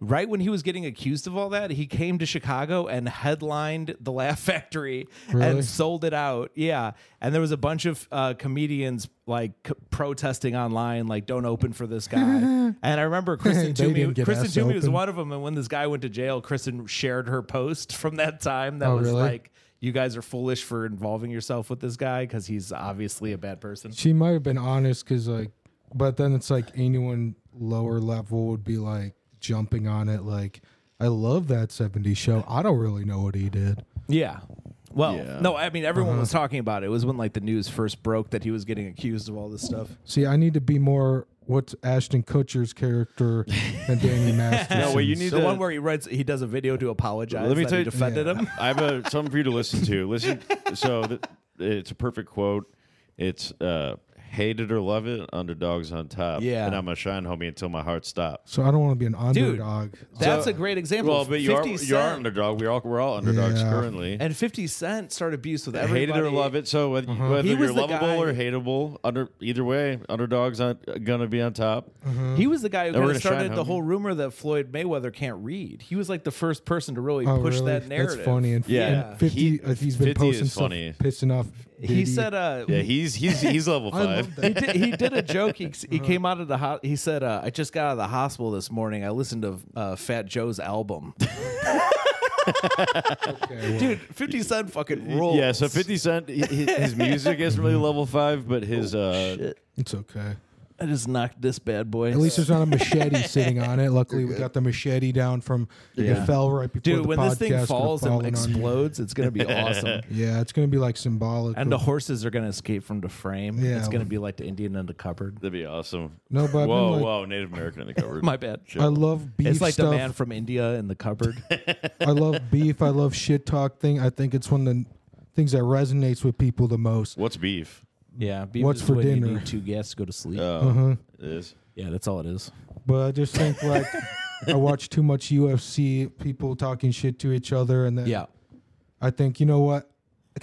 S2: Right when he was getting accused of all that, he came to Chicago and headlined the Laugh Factory
S3: Really?
S2: and sold it out. Yeah, and there was a bunch of uh, comedians like c- protesting online, like "Don't open for
S3: *laughs*
S2: this guy." and I remember Kristen
S3: They didn't
S2: Toomey.
S3: get
S2: Kristen
S3: asked to
S2: Toomey was
S3: open.
S2: one of them. And when this guy went to jail, Kristen shared her post from that time. That
S3: Oh,
S2: was
S3: really?
S2: like you guys are foolish for involving yourself with this guy because he's obviously a bad person.
S3: She might have been honest because, like, but then it's like anyone lower level would be like jumping on it, like, I love that 70s show. I don't really know what he did.
S2: Yeah. Well,
S1: Yeah.
S2: no, I mean everyone was talking about it. It was when like the news first broke that he was getting accused of all this stuff.
S3: See, I need to be more what's Ashton Kutcher's character
S2: *laughs*
S3: than Danny Masterson.
S1: No, well, you need
S2: the
S1: to.
S2: one where he writes, he does a video to apologize.
S1: Let me
S2: that
S1: tell
S2: he
S1: you-
S2: defended *laughs* him.
S1: I have a something for you to listen to. Listen, so th- it's a perfect quote. It's uh, hate it or love it, underdogs on top.
S2: Yeah.
S1: and I'm a shine homie until my heart stops.
S3: So I don't want to be an underdog.
S2: That's a great example.
S1: Well, but you are
S2: 50
S1: you are
S2: Cent-
S1: underdog. We're all we're all underdogs
S3: Yeah.
S1: currently.
S2: And 50 Cent started beefed with everybody.
S1: Hate it or love it. So whether, whether
S2: He was
S1: you're
S2: the
S1: lovable
S2: guy-
S1: or hateable, under either way, underdogs on, gonna be on top.
S3: Mm-hmm.
S2: He was the guy who
S1: we're
S2: kind of
S1: gonna shine,
S2: started the
S1: homie.
S2: whole rumor that Floyd Mayweather can't read. He was like the first person to really
S3: Oh,
S2: push
S3: really?
S2: that narrative.
S3: That's funny. And,
S1: Yeah.
S3: and 50,
S1: He-
S3: uh, he's been
S1: 50
S3: posting
S1: is
S3: stuff
S1: funny.
S3: pissing off.
S2: He
S3: Diddy.
S2: said, uh,
S1: Yeah, he's he's
S3: *laughs*
S1: he's level
S3: I love
S1: five.
S3: that.
S2: he, did, he did a joke. He, he came out of the ho- he said, uh, "I just got out of the hospital this morning. I listened to uh, Fat Joe's album, dude. Fifty Cent fucking
S1: *laughs*
S2: rules.
S1: Yeah, so 50 Cent, hi- hi- his music is
S3: *laughs*
S1: really level five, but his uh,
S3: It's okay.
S2: I just knocked this bad boy.
S3: At least there's not a machete sitting on it. Luckily, we got the machete down from it fell right before
S2: dude,
S3: the
S2: when
S3: podcast
S2: this
S3: would
S2: thing
S3: have
S2: falls
S3: fallen
S2: and
S3: on
S2: explodes, it's gonna be awesome.
S3: you. Yeah, it's gonna be like symbolic.
S2: And the
S3: of-
S2: horses are gonna escape from the frame.
S3: Yeah.
S2: it's gonna be like the Indian in the cupboard.
S1: that'd be awesome.
S3: No, but I've been
S1: whoa,
S3: like-
S1: whoa, Native American
S3: *laughs*
S1: in the cupboard.
S2: My bad.
S3: I love beef
S2: It's like
S3: stuff.
S2: the man from India in the cupboard.
S3: *laughs* I love
S2: *laughs*
S3: beef. I love shit talk thing. I think it's one of the things that resonates with people the most.
S1: What's beef?
S2: yeah, beef
S3: What's
S2: is
S3: for
S2: when
S3: dinner?
S2: You need two guests to go to sleep.
S1: Uh,
S3: Mm-hmm.
S1: is.
S2: yeah, that's all it is.
S3: But I just
S2: *laughs*
S3: think like I watch too much UFC. People talking shit to each other, and then
S2: Yeah,
S3: I think you know what?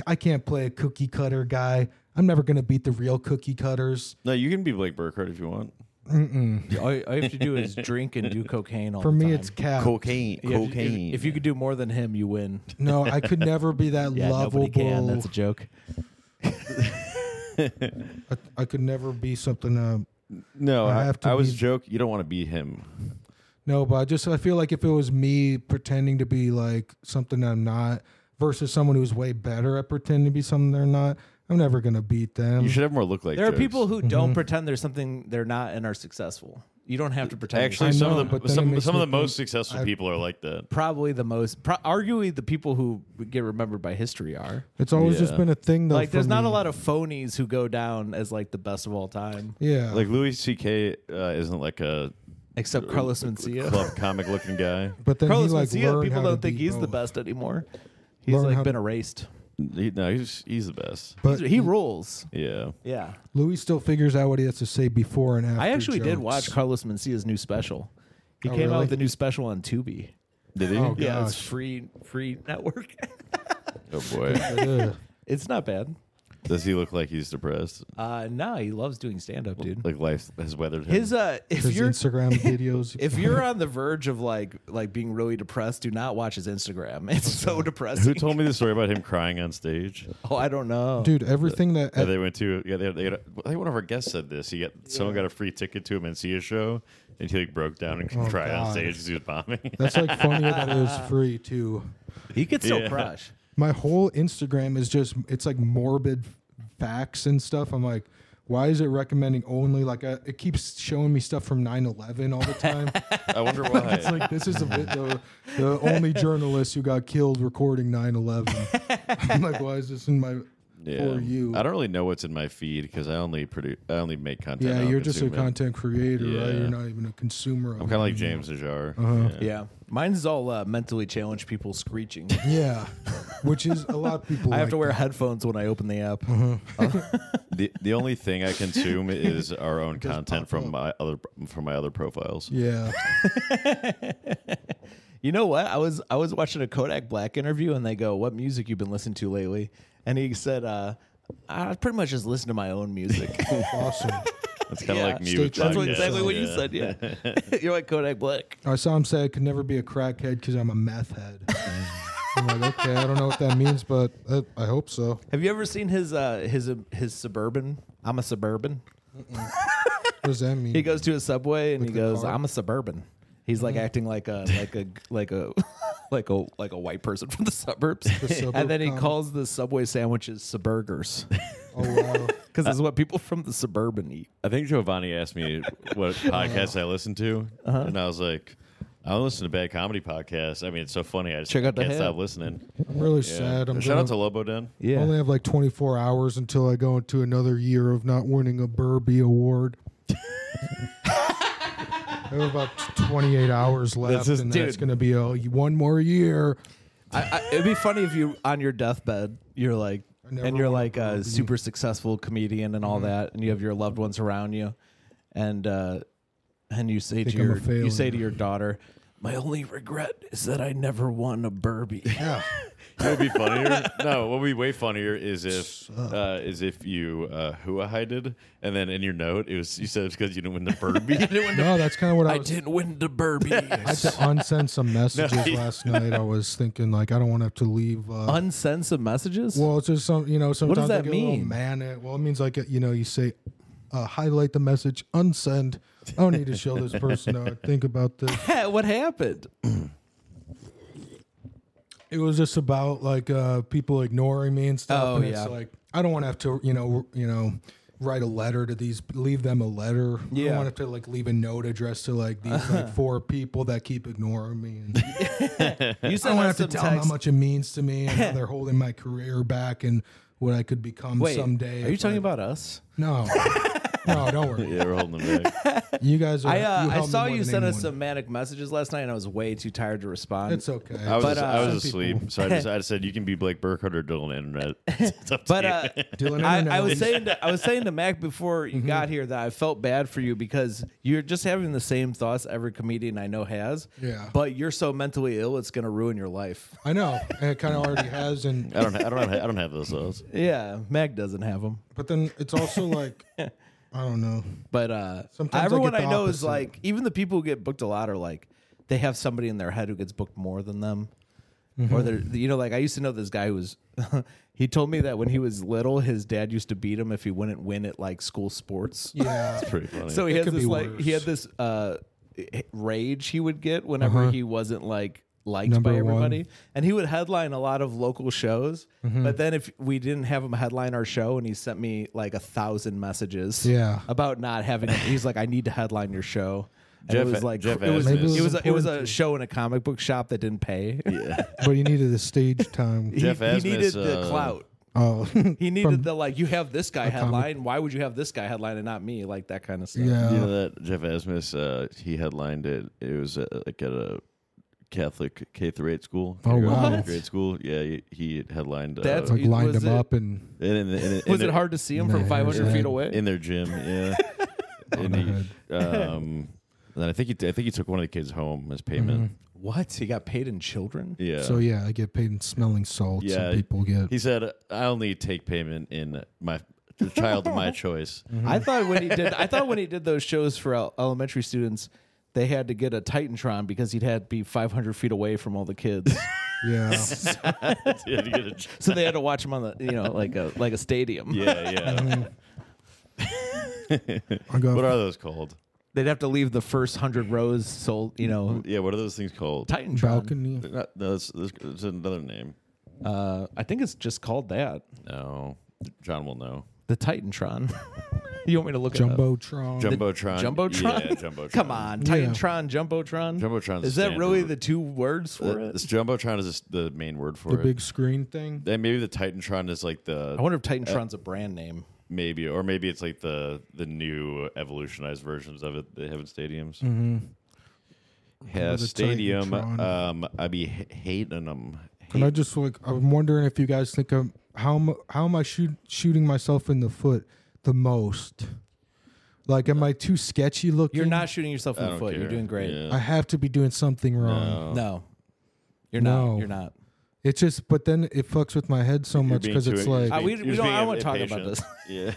S3: I can't play a cookie cutter guy. I'm never gonna beat the real cookie cutters.
S1: No, you can be Blake Burkhardt if you want.
S2: all you all you have to do is drink and do cocaine all
S3: For
S2: the
S3: me,
S2: time.
S3: it's cap.
S1: Cocaine.
S2: Yeah, if- if- If, you could do more than him, you
S3: *laughs*
S2: win.
S3: No, I could never be
S2: *laughs*
S3: that
S2: Yeah,
S3: lovable.
S2: nobody can. That's a joke.
S3: I, I could never be something. Uh,
S1: no,
S3: I
S1: I,
S3: have to
S1: I was
S3: be-
S1: joke. You don't want to be him.
S3: no, but I just I feel like if it was me pretending to be like something I'm not versus someone who's way better at pretending to be something they're not, I'm never gonna beat them.
S1: You should have more look like
S2: There are people who
S3: Mm-hmm.
S2: don't pretend there's something they're not and are successful. You don't have to pretend. you're
S1: Actually,
S3: I
S2: successful.
S1: some
S3: know,
S1: of the
S3: but then it
S1: some,
S3: makes
S1: some of the
S3: me
S1: most
S3: think
S1: successful
S3: I-
S1: people are like that.
S2: probably the most, pro- arguably the people who get remembered by history are.
S3: It's always
S1: Yeah.
S3: just been a thing though.
S2: Like,
S3: for
S2: there's not a
S3: me.
S2: lot of phonies who go down as like the best of all time,
S3: Yeah,
S1: Like Louis C.K. Uh, isn't like a
S2: except Carlos Mencia.
S3: *laughs*
S1: club comic looking guy.
S3: but then
S2: Carlos
S3: he like
S2: Mencia,
S3: learned
S2: people
S3: how to
S2: don't think
S3: be
S2: he's the
S3: both.
S2: best anymore. He's
S3: Learn how
S2: like
S3: to-
S2: been erased.
S1: He, no, he's he's the best.
S3: But
S2: he rules.
S1: Yeah.
S2: Yeah.
S3: Louis still figures out what he has to say before and after.
S2: I actually did
S3: jokes.
S2: watch Carlos Mencia's new special. He
S3: Oh,
S2: came out
S3: really?
S2: with a new special on Tubi.
S1: Did he?
S3: Oh,
S1: Oh,
S3: God.
S2: Yeah, it's
S3: Gosh.
S2: *laughs* free free network.
S1: Oh, boy.
S3: *laughs* Ugh.
S2: it's not bad.
S1: Does he look like he's depressed?
S2: Uh, no, he loves doing stand up, dude.
S1: Like life has weathered him.
S2: His uh, *laughs* *laughs* if
S3: His
S2: you're
S3: Instagram videos.
S2: if
S3: *laughs*
S2: you're on the verge of like like being really depressed, do not watch his Instagram. *laughs* It's so
S1: Who
S2: depressing.
S1: told me the story about him crying on stage?
S2: *laughs*
S3: Uh,
S2: oh, I don't know.
S3: dude,
S2: *laughs*
S3: everything that
S1: Yeah, they went to yeah. They, they had a- I think one of our guests said this. He got someone got a free ticket to a Mencia show, and he like broke down and *laughs* cried on
S3: Oh, God.
S1: stage because he was
S3: *laughs*
S1: bombing.
S3: that's like funnier that it was free too.
S2: He could still
S1: Yeah.
S2: crush.
S3: My whole Instagram is just it's like morbid facts and stuff. I'm like, why is it recommending only like I, it keeps showing me stuff from 9/11 all
S1: *laughs*
S3: the time?
S1: I wonder why.
S3: It's like this is the, vi- the, the only journalist who got killed recording
S1: *laughs*
S3: 9/11. I'm like, why is this in my
S1: yeah.
S3: for you?
S1: I don't really know what's in my feed because I only produce. I only make content. I
S3: yeah,
S1: don't
S3: you're just a
S1: consume it.
S3: content Mm-hmm. creator, right?
S1: Yeah.
S3: You're not even a consumer.
S1: I'm kind of like James Ajar.
S2: *laughs*
S3: Uh-huh.
S2: Yeah, mine's all uh, mentally challenged people
S3: *laughs*
S2: screeching.
S3: yeah, which is a lot
S1: *laughs*
S3: of people.
S2: I have
S3: like
S2: to wear
S3: that. Mm-hmm.
S2: headphones when I open the app.
S1: The the only thing I consume is our own content
S3: pop
S1: from
S3: up.
S1: my other from my other profiles.
S3: Yeah,
S1: *laughs*
S2: You know what? I was I was watching a Kodak Black interview and they go, "What music you been listening to lately?" And he said, uh, "I pretty much just listen to my own
S3: *laughs*
S2: music."
S3: awesome.
S1: That's kind of
S2: Yeah.
S1: like me
S3: Stay
S1: with
S3: true to
S2: That's what,
S1: podcasts.
S2: exactly what you
S1: Yeah.
S2: said. Yeah,
S3: *laughs*
S2: you're like Kodak Black.
S3: I saw him say I could never be a crackhead because I'm a meth
S1: *laughs*
S3: head. I'm like, okay, I don't know what that means, but I, I hope so.
S2: Have you ever seen his uh, his his suburban? I'm a suburban.
S3: What does that mean?
S2: He goes to a subway and he
S3: the
S2: goes,
S3: car? Mm-hmm.
S2: "I'm a suburban." He's like acting like a like
S3: *laughs*
S2: a like a like a like a white person from the suburbs,
S3: suburb
S2: and then he
S3: comic.
S2: calls the subway sandwiches suburgers
S3: oh wow,
S2: because it's what people from the suburban eat.
S1: I think Giovanni asked me what podcast I listen to, and I was like, "I don't listen to bad comedy podcasts. I mean, it's so funny. I just
S2: Check out the
S1: can't
S2: head.
S1: stop listening."
S3: I'm really
S1: Yeah.
S3: sad. I'm
S1: Shout out to
S3: gonna-
S1: Lobo Den.
S2: Yeah,
S3: Only have like 24 hours until I go into another year of not winning a
S1: *laughs*
S3: Burby award. I have about 28 hours left,
S1: is-
S3: and that's
S1: dude.
S3: going to be a, one more year.
S2: I, I, it'd be funny if you on your deathbed you're like
S3: never Mm-hmm.
S2: and you're
S3: wanted
S2: like
S3: to
S2: a
S3: be-
S2: super successful comedian and all
S3: Mm-hmm.
S2: that and you have your loved ones around you and uh and you say to
S3: Think I'm a
S2: your you say
S3: failure.
S2: to your daughter my only regret is that I never won a Burby.
S3: Yeah,
S1: It would be funnier. no, what would be way funnier is if uh, is if you uh, hua hided, and then in your note it was you said it's because you didn't win the Burby.
S3: no, that's kind of what I,
S2: I
S3: was.
S2: didn't win the
S3: *laughs*
S2: Burby.
S3: I had to
S1: *laughs*
S3: unsend some messages last night. I was thinking like I don't want to have to leave. Uh,
S2: Unsend some messages. *laughs*
S3: well, it's just some you know sometimes I
S2: that
S3: get a little
S2: mean?
S3: manic. Well, it means like you know you say uh, highlight the message, unsend. I don't need to show this person how I think about this.
S2: what
S3: *laughs*
S2: happened?
S3: It was just about like uh, people ignoring me and stuff.
S2: Oh,
S3: and
S2: yeah.
S3: It's like I don't want to have to, you know, you know, write a letter to these, leave them a letter. I
S2: Yeah.
S3: don't want to have to like leave a note addressed to like these
S2: *laughs*
S3: like four people that keep ignoring me. And I
S2: You sent
S3: don't want
S2: us some
S3: to have to tell them how
S2: text.
S3: much it means to me
S2: *laughs*
S3: and how they're holding my career back and what I could become
S2: Wait,
S3: someday.
S2: are you
S3: if
S2: talking
S3: I-
S2: about us? *laughs*
S3: No, no, don't worry.
S1: yeah, we're holding them back.
S3: You guys are.
S2: I uh,
S3: you
S2: I
S3: help me
S2: saw
S3: more
S2: you
S3: than
S2: send us
S3: anyone.
S2: some manic messages last night, and I was way too tired to respond.
S3: It's okay.
S1: I was
S2: But, uh,
S1: I was
S3: some
S1: asleep,
S3: people-
S1: so I
S2: *laughs*
S1: just I said you can be Blake Burkhardt or Dylan Internet. *laughs* It's up to
S2: But
S1: you.
S2: uh,
S3: Dylan
S2: I, I
S3: Internet.
S2: was saying to, I was saying to Mac before
S3: Mm-hmm.
S2: you got here that I felt bad for you because you're just having the same thoughts every comedian I know has.
S3: Yeah.
S2: But you're so mentally ill, it's gonna ruin your life.
S3: I know, and it kind of already has,
S1: *laughs*
S3: and
S1: I don't I don't I don't have those
S2: *laughs*
S1: thoughts.
S2: Yeah, Mac doesn't have them.
S3: But then it's also like I
S2: *laughs*
S3: don't know.
S2: But uh,
S3: Sometimes I
S2: everyone
S3: get
S2: I,
S3: the
S2: know is
S3: opposite.
S2: like, even the people who get booked a lot are like, they have somebody in their head who gets booked more than them.
S3: Mm-hmm.
S2: Or they're, you know, like I used to know this guy who was, *laughs* he told me that when he was little, his dad used to beat him if he wouldn't win at like school sports.
S3: Yeah.
S1: Pretty funny.
S2: So he
S3: It
S2: had
S3: could
S2: this
S3: be
S2: like he had this uh rage he would get whenever he wasn't like liked
S3: Uh-huh. Number
S2: by
S3: one.
S2: everybody. And he would headline a lot of local shows.
S3: Mm-hmm.
S2: But then if we didn't have him headline our show and he sent me like a thousand messages
S3: Yeah.
S2: about not having he's like, I need to headline your show. And
S1: Jeff-
S2: it was like
S1: Jeff
S2: it was,
S1: Asmus.
S2: it was it was a, it was a
S3: Important.
S2: show in a comic book shop that didn't pay.
S1: yeah.
S3: but you needed the stage time.
S1: Jeff
S2: *laughs* he,
S1: Asmus,
S2: he needed the
S1: uh,
S2: clout.
S3: *laughs* Oh,
S2: He needed the like you have this guy headline. Why would you have this guy headline and not me? Like that kind of stuff.
S3: yeah.
S1: you know that Jeff Asmus, uh, he headlined it. It was uh, like at a Catholic K through eight school.
S3: Oh,
S1: kindergarten,
S3: wow.
S1: eighth
S3: What?
S1: Grade school. Yeah, he, he headlined. Uh,
S2: That's-
S3: Like lined
S2: Was
S3: them
S2: it-
S3: up and
S1: in,
S2: *laughs*
S1: in, in, in
S2: Was
S1: their,
S2: it hard to see him
S3: Nah,
S2: from 500 feet
S3: yeah.
S2: away?
S1: in their gym?
S2: *laughs*
S1: Yeah. and he, um, and then I think he, I think he took one of the kids home as payment.
S4: What? He got paid in children?
S1: Yeah.
S3: Mm-hmm. So yeah, I get paid in smelling salts.
S1: Yeah,
S3: and people get.
S1: he said, "I only take payment in my the child of
S2: *laughs*
S1: my choice."
S2: I thought when he did, I thought when he did those shows for el- elementary students, they had to get a Titantron because he'd had to be 500 feet away from all the kids,
S1: *laughs*
S3: Yeah.
S2: *laughs*
S1: Yeah, you get a-
S2: so they had to watch him on the, you know, like a like a
S1: *laughs*
S2: stadium.
S1: yeah, yeah.
S3: I got
S1: What are those called?
S2: They'd have to leave the first hundred rows, so you know,
S1: Yeah, what are those things called?
S2: Titantron.
S3: balcony.
S1: They're not- No, that's, that's, that's another name.
S2: Uh, I think it's just called that,
S1: No, John will know.
S2: the Titantron. *laughs* you want me to look it up?
S3: Jumbotron.
S1: Jumbotron.
S2: Jumbotron.
S1: Yeah, Jumbotron.
S2: *laughs* Come on,
S3: Yeah.
S2: Titantron, Jumbotron.
S1: Jumbotron's
S2: Is that really
S1: standard.
S2: the two words for
S1: Uh,
S2: it?
S1: this Jumbotron is just the main word for
S3: the
S1: it.
S3: big screen thing.
S1: Then maybe the Titantron is like the uh,
S2: I wonder if Titantron's a brand name.
S1: maybe, or maybe it's like the the new evolutionized versions of it they have in stadiums. Yeah,
S3: the
S1: stadium.
S3: Titantron.
S1: Um, I be h- hating them.
S3: And I just like I'm wondering if you guys think of how am- how am I shoot, shooting myself in the foot the most? Like, am I too sketchy looking?
S2: You're not shooting yourself in
S1: I
S2: the
S1: don't
S2: foot.
S1: care.
S2: You're doing great.
S1: Yeah. Oh.
S3: I have to be doing something
S1: No.
S3: wrong.
S2: No, you're
S3: No.
S2: not. You're not.
S3: It's just, but then it fucks with my head so
S1: You're
S3: much
S1: being
S3: because
S1: too-
S3: it's
S1: you're
S3: like
S2: Uh,
S1: being-
S2: we-
S1: you're
S2: we
S1: just
S2: don't-
S1: being
S2: I don't wanna talk about
S1: impatient. *laughs* Yeah,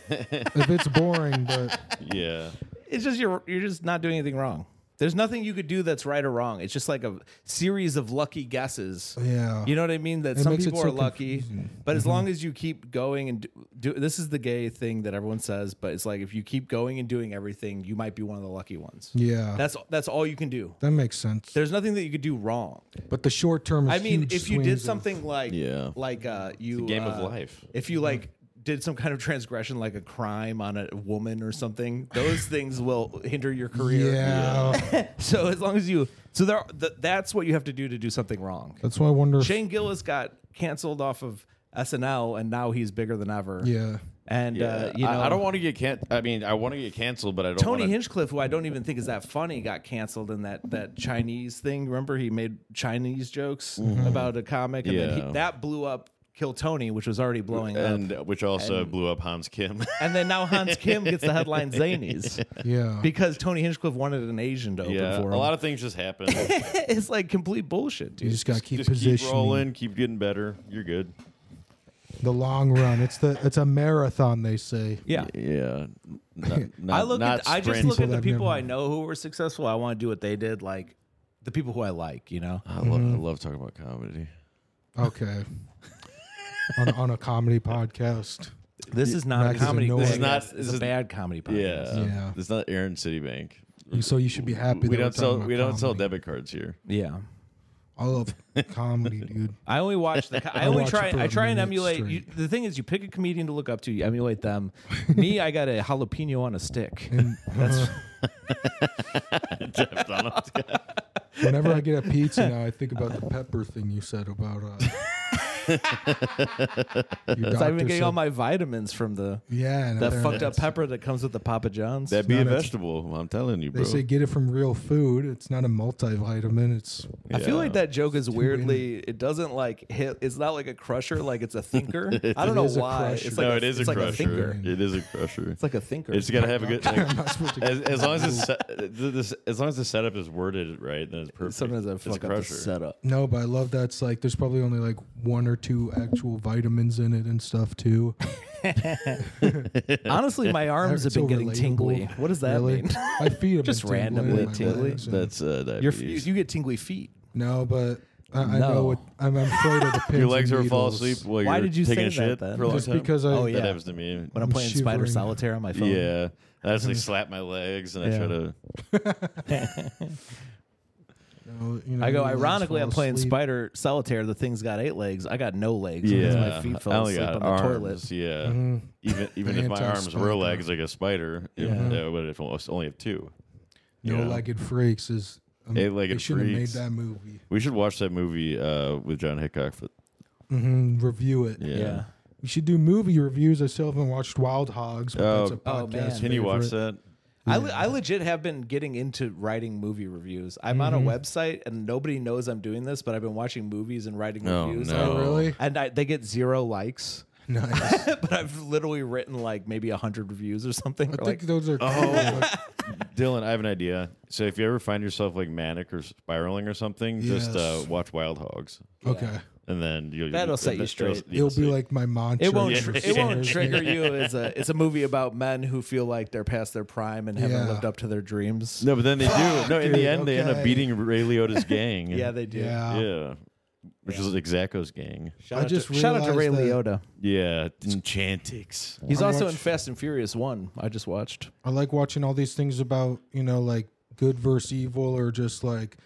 S3: if it's boring, but
S1: *laughs* yeah.
S2: *laughs* It's just you're you're just not doing anything wrong. There's nothing you could do that's right or wrong. It's just like a series of lucky guesses.
S3: yeah,
S2: You know what I mean? That
S3: It
S2: some
S3: makes it
S2: people
S3: so
S2: are lucky,
S3: confusing. Mm-hmm.
S2: but as long as you keep going and do, do this is the gay thing that everyone says, but it's like if you keep going and doing everything, you might be one of the lucky ones.
S3: yeah,
S2: That's that's all you can do.
S3: that makes sense.
S2: There's nothing that you could do wrong.
S3: But the short term, is
S2: I mean,
S3: huge
S2: if you
S3: swings
S2: did
S3: of-
S2: something like
S1: Yeah.
S2: like uh, you
S1: game of
S2: uh,
S1: life.
S2: If you like did some kind of transgression, like a crime on a woman or something,
S3: *laughs*
S2: those things will hinder your career.
S3: yeah,
S2: So as long as you, so there, th- that's what you have to do to do something wrong.
S3: that's why I wonder. If,
S2: Shane Gillis got canceled off of SNL, and now he's bigger than ever.
S3: yeah,
S2: and
S1: Uh,
S2: uh, you know,
S1: I, I don't want to get can. I mean, I want to get canceled, but I don't.
S2: Tony
S1: wanna-
S2: Hinchcliffe, who I don't even think is that funny, got canceled in that that Chinese thing. Remember, he made Chinese jokes about a comic, and then
S1: Mm-hmm. Yeah.
S2: he, that blew up. Kill Tony, which was already blowing up,
S1: and which also blew up Hans Kim. *laughs*
S2: and then now Hans Kim gets the headline "Zanies"
S3: yeah,
S2: because Tony Hinchcliffe wanted an Asian to open
S1: yeah,
S2: for him.
S1: a lot of things just
S2: *laughs*
S1: happen.
S2: it's like complete bullshit,
S3: you
S2: dude.
S3: just gotta keep
S1: just keep
S3: positioning.
S1: rolling, keep getting better. You're good.
S3: the long run. It's the it's a marathon, they say.
S2: Yeah,
S1: Yeah, not, not,
S2: *laughs* I look
S1: Not
S2: at I just
S1: sprint.
S2: look at the
S3: I've
S2: people
S3: never-
S2: I know who were successful. I want to do what they did, like the people who I like, you know.
S1: I love, I love talking about comedy.
S3: Okay. on, on a comedy podcast.
S2: This is not
S3: Max
S2: a
S3: is
S2: comedy.
S3: annoying.
S2: This
S3: This
S2: is
S3: is
S1: not-
S2: It's
S1: this
S2: a
S1: is-
S2: bad comedy podcast.
S1: Yeah,
S3: Yeah.
S1: It's not Aaron Citibank.
S3: So you should be happy.
S1: We
S3: that we're
S1: don't sell.
S3: talking about
S1: We don't sell
S3: comedy.
S1: debit cards *laughs* here.
S2: Yeah.
S3: I love comedy,
S1: *laughs*
S3: dude.
S2: I only watch
S3: *laughs*
S2: the. co- I
S3: I
S2: only
S3: watch
S2: try.
S3: it for
S2: I
S3: a
S2: try and
S3: minute
S2: emulate. You,
S3: straight.
S2: the thing is, you pick a comedian to look up to. You emulate them.
S3: *laughs*
S2: Me, I got a jalapeno on a stick.
S3: And uh,
S1: Jeff Donald.
S3: *laughs* whenever I get
S1: *laughs*
S3: a pizza now, I think about the pepper thing you said about. Uh,
S1: *laughs*
S2: So
S3: your
S2: I've been
S3: doctor
S2: getting
S3: said-
S2: all my vitamins from the
S3: yeah, and
S2: that
S3: apparently
S2: fucked up pepper that comes with the Papa John's.
S1: That'd be a
S3: not a-
S1: vegetable. I'm telling you,
S3: They
S1: bro.
S3: say get it from real food. It's not a multivitamin. It's *laughs*
S2: I feel like
S1: Yeah.
S2: that joke is weirdly. It doesn't like hit. It's not like a crusher. Like
S3: *laughs*
S2: it's a thinker. I don't know
S3: is a
S2: why.
S3: crusher.
S2: It's like
S1: No,
S2: a,
S1: it is
S2: it's
S1: a
S2: like a
S1: crusher.
S2: thinker.
S1: it is a crusher.
S2: It's like a thinker.
S1: It's gotta have a
S2: *laughs*
S1: good.
S3: I'm not supposed to.
S1: as, as long as it's set, th- this, as long as the setup is worded right, then it's
S2: *laughs*
S1: perfect.
S2: Sometimes I
S1: It's a
S2: fuck up the
S1: crusher. *laughs*
S2: setup.
S3: no, but I love that. It's like there's probably only like one or two actual vitamins in it and stuff too.
S2: Honestly, my arms have
S3: It's
S2: been
S3: so
S2: getting
S3: relatable.
S2: tingly. What does that
S3: Really?
S2: mean?
S3: My feet have
S2: Just
S3: been tingling,
S2: randomly
S3: my
S2: tingly?
S3: legs, and-
S1: That's uh,
S2: Your,
S1: diabetes.
S2: you, you get tingly feet.
S3: No, but I, I
S2: No.
S3: know what I'm, I'm
S2: *laughs*
S3: afraid of the pins
S1: Your legs
S3: and
S1: are fall
S3: needles.
S1: asleep while
S2: Why
S1: you're
S2: did you
S1: taking a
S2: say that
S1: shit
S2: then?
S1: for a long
S3: Just
S1: time.
S3: because I
S2: Oh, yeah.
S1: That happens to me.
S2: When I'm,
S3: I'm
S2: playing Spider
S3: shivering.
S2: Solitaire on my phone.
S1: Yeah, I
S2: *laughs*
S1: actually slap my legs and I
S2: Yeah.
S1: try to.
S3: you know, you know,
S2: I go,
S3: your legs
S2: ironically,
S3: fall
S2: I'm playing
S3: asleep.
S2: Spider Solitaire. The thing's got eight legs. I got no legs because
S1: Yeah,
S2: my feet
S1: I
S2: fell
S1: only
S2: asleep on
S1: got
S2: the
S1: arms.
S2: toilet. Mm-hmm.
S1: Yeah,
S3: Mm-hmm.
S2: *laughs*
S1: even even if my arms were
S3: Anti-spider.
S1: legs like a spider, it-
S2: Yeah.
S1: uh, but if I only have two.
S3: No
S1: Yeah.
S3: legged freaks is. Um,
S1: Eight-legged
S3: they should have made
S1: freaks.
S3: that movie.
S1: We should watch that movie uh, with John Hickok. For,
S3: hmm Review it.
S1: yeah.
S2: Yeah.
S3: We should do movie reviews. I still haven't watched Wild Hogs. But that's a
S1: Oh,
S2: oh,
S3: podcast
S2: man.
S1: Can you watch that?
S2: I, le- I legit have been getting into writing movie reviews. I'm on a
S1: Mm-hmm.
S2: website and nobody knows I'm doing this, but I've been watching movies and writing
S1: Oh,
S2: reviews.
S1: no.
S3: Oh, really?
S2: And I, they get zero likes, *laughs*
S3: Nice. I
S2: but I've literally written like maybe 100 reviews or something. or,
S3: think
S2: like, *laughs*
S3: those are. Oh,
S1: Dylan, I have an idea. So if you ever find yourself like manic or spiraling or something, just uh,
S3: Yes.
S1: watch Wild Hogs,
S3: Okay.
S1: and then you'll
S2: That'll set you
S1: that'll-
S2: straight.
S1: you'll
S3: It'll be
S1: see.
S3: like my mantra.
S2: It won't.
S1: Yeah.
S2: Tr-
S1: Yeah.
S2: it won't trigger you as a. It's a movie about men who feel like they're past their prime and haven't
S3: Yeah.
S2: lived up to their dreams.
S1: no, but then they do. No, in
S3: dude,
S1: the end, they end up
S3: okay.
S1: beating Ray Liotta's gang.
S2: *laughs* Yeah, they do.
S3: Yeah.
S1: yeah, which is Exaco's gang.
S2: Shout,
S3: I
S2: out,
S3: just
S2: to, shout out to Ray
S3: realized
S2: Liotta.
S1: Yeah, Enchantix.
S2: He's
S3: I
S2: also
S3: watched-
S2: in Fast and Furious One. I just watched.
S3: I like watching all these things about, you know, like good versus evil or just like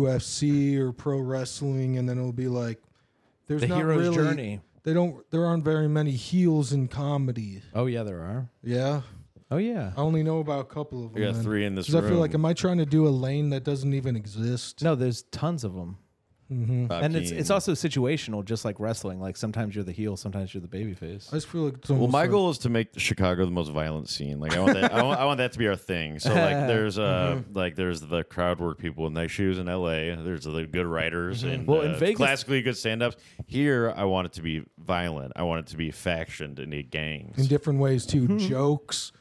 S3: UFC or pro wrestling. And then it'll be like, there's
S2: The
S3: not
S2: hero's
S3: really,
S2: journey.
S3: They don't, there aren't very many heels in comedy.
S2: Oh yeah, there are.
S3: Yeah.
S2: Oh yeah.
S3: I only know about a couple of them.
S1: We got
S3: then.
S1: three in this
S3: 'Cause I feel like,
S1: room.
S3: am I trying to do a lane that doesn't even exist?
S2: No, there's tons of them,
S1: Bob
S2: and it's it's
S1: Keane.
S2: also situational, just like wrestling. Like sometimes you're the heel, sometimes you're the babyface.
S3: I just feel like it's
S1: Well,
S3: almost
S1: my
S3: like-
S1: goal is to make Chicago the most violent scene. Like I want that. I, want, I want that to be our thing. So
S2: *laughs*
S1: like, there's uh,
S2: Mm-hmm.
S1: like there's the crowd work people in their shoes in L.A. There's the good writers and
S2: Mm-hmm. Well, in
S1: uh,
S2: Vegas-
S1: classically good stand-ups. Here, I want it to be violent. I want it to be factioned into
S3: in
S1: gangs,
S3: different ways too.
S2: Hmm.
S3: Jokes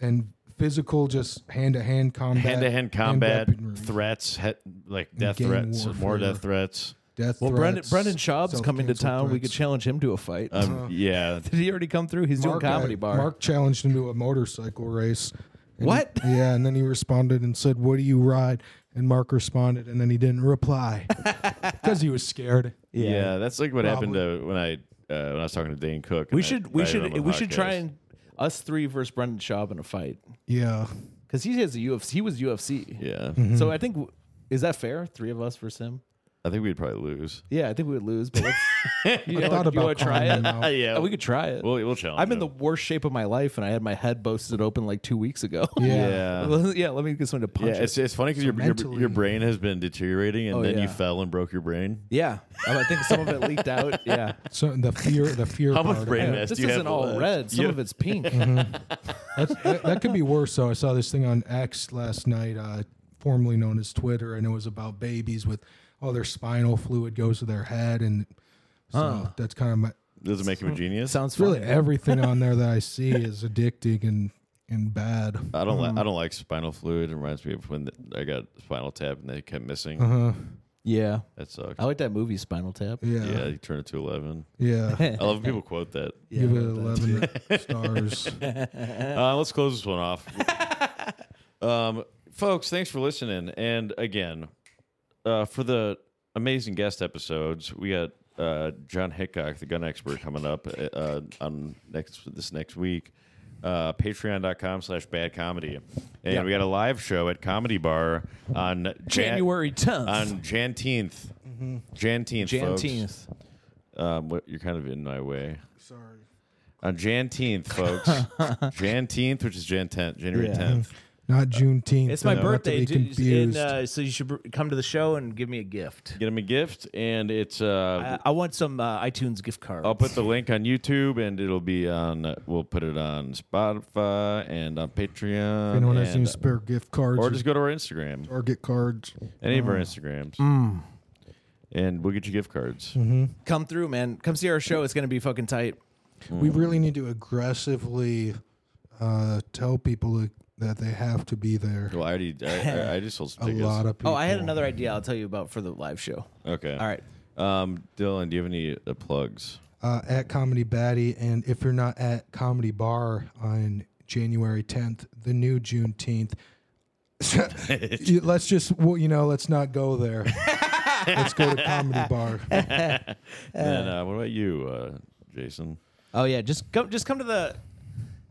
S3: and physical, just hand to hand combat,
S1: hand-to-hand
S3: and
S1: combat,
S3: weaponry.
S1: threats, he- like death
S3: gang
S1: threats, more
S3: warfare.
S1: death threats.
S3: death.
S2: well, Brendan
S3: threats,
S2: Brendan Schaub's coming to
S3: self-cancel
S2: town. We could
S3: threats.
S2: challenge him to a fight.
S1: Um, yeah,
S2: *laughs* Did he already come through? He's
S3: Mark- uh,
S2: doing comedy bar.
S3: Mark challenged him to a motorcycle race. And-
S2: What?
S3: yeah, and then he responded and said, "What do you ride?" And Mark responded, and then he
S2: *laughs*
S3: didn't reply because he was scared.
S1: yeah, That's like what happened to when I uh, when I was talking to Dane Cook.
S2: We
S1: and I
S2: should
S1: invited
S2: we
S1: him
S2: should
S1: on
S2: we
S1: the
S2: should try
S1: podcast.
S2: and us three versus Brendan Schaub in a fight
S3: Yeah,
S2: because he has a UFC. He was UFC.
S1: yeah. Mm-hmm.
S2: So I think is that fair? Three of us versus him.
S1: I think we'd probably lose.
S2: Yeah, I think we would lose. But
S1: *laughs*
S2: let's, *laughs* you know,
S3: I thought
S2: you
S3: about
S2: want to try
S3: calling
S2: it?
S3: him out.
S1: Uh, yeah,
S2: Oh, we could try it.
S1: We'll, we'll challenge.
S2: I'm in
S1: him.
S2: the worst shape of my life, and I had my head busted open like two weeks ago.
S3: *laughs* Yeah.
S1: yeah.
S2: yeah. Let me get someone to
S1: Yeah,
S2: punch.
S1: it's,
S2: it.
S1: it's funny because your, your
S3: mentally-
S1: your brain has been deteriorating, and
S2: Oh,
S1: then
S2: yeah.
S1: you fell and broke your brain.
S2: yeah. I think some of it leaked out.
S1: *laughs*
S2: Yeah.
S3: so the fear,
S2: *laughs*
S3: the fear.
S1: How much
S3: part of
S1: brain
S3: it.
S1: mass
S2: this
S1: do you have
S2: isn't all
S1: left?
S2: red. Some
S1: Yeah.
S2: of
S1: *laughs*
S2: it's pink.
S3: Mm-hmm. That's, that, that could be worse. Though I saw this thing on X last night, uh, formerly known as Twitter, and it was about babies with all their spinal fluid goes to their head, and so that's kind of my.
S1: Does it make him a genius?
S2: Sounds
S3: Really,
S2: really.
S3: everything on there that I see is addicting and and bad.
S1: I don't
S2: Mm-hmm.
S1: like I don't like spinal fluid. It reminds me of when I got spinal tap and they kept missing.
S2: Mm-hmm. Yeah.
S1: That sucks.
S2: I like that movie Spinal Tap.
S3: Yeah,
S1: yeah,
S3: yeah.
S1: you turn it to eleven.
S2: *laughs*
S1: I love when people quote that.
S3: Give it eleven stars.
S1: Uh, let's close this one off, *laughs* um, folks. Thanks for listening, and again, uh, for the amazing guest episodes, we got uh, John Hickok, the gun expert, coming up uh, uh, on next this next week. Uh, Patreon.com slash bad comedy. And we got a live show at Comedy Bar on Jan-
S2: January 10th.
S1: On Janteenth. Janteenth. Janteenth.
S2: Janteenth.
S1: Um, what, you're kind of in my way.
S3: Sorry.
S1: On Janteenth, folks. Janteenth, which is Jan 10th, January
S2: Yeah.
S1: 10th.
S3: Not Juneteenth.
S2: It's my
S3: though, not to
S2: birthday,
S3: be
S2: dude. And,
S3: confused.
S2: uh, so you should br- come to the show and give me a gift.
S1: Get him a gift, and it's. Uh,
S2: I, I want some uh, iTunes gift cards.
S1: I'll put the link on YouTube, and it'll be on. We'll put it on Spotify and on Patreon.
S3: if anyone has
S1: and-
S3: any spare gift cards
S1: or
S3: or,
S1: just go to our Instagram,
S3: target cards,
S1: any of our
S3: Mm.
S1: Instagrams, and we'll get you gift cards.
S3: Mm-hmm.
S2: come through, man. Come see our show. It's gonna be fucking tight.
S3: we
S2: Hmm.
S3: really need to aggressively uh, tell people that- that they have to be there.
S1: Well, I already, I, I, I just sold some
S3: *laughs* A
S1: tickets.
S3: lot of people.
S2: Oh, I had another idea. I'll tell you about for the live show.
S1: Okay.
S2: All right.
S1: Um, Dylan, do you have any uh, plugs?
S3: uh, at Comedy Batty. And if you're not at Comedy Bar on January 10th, the new
S2: *laughs*
S3: Juneteenth, *laughs* you- let's just, well, you know, let's not go there. let's go to Comedy Bar.
S1: and uh, what about you, uh, Jason?
S2: Oh yeah, just come. Just come to the.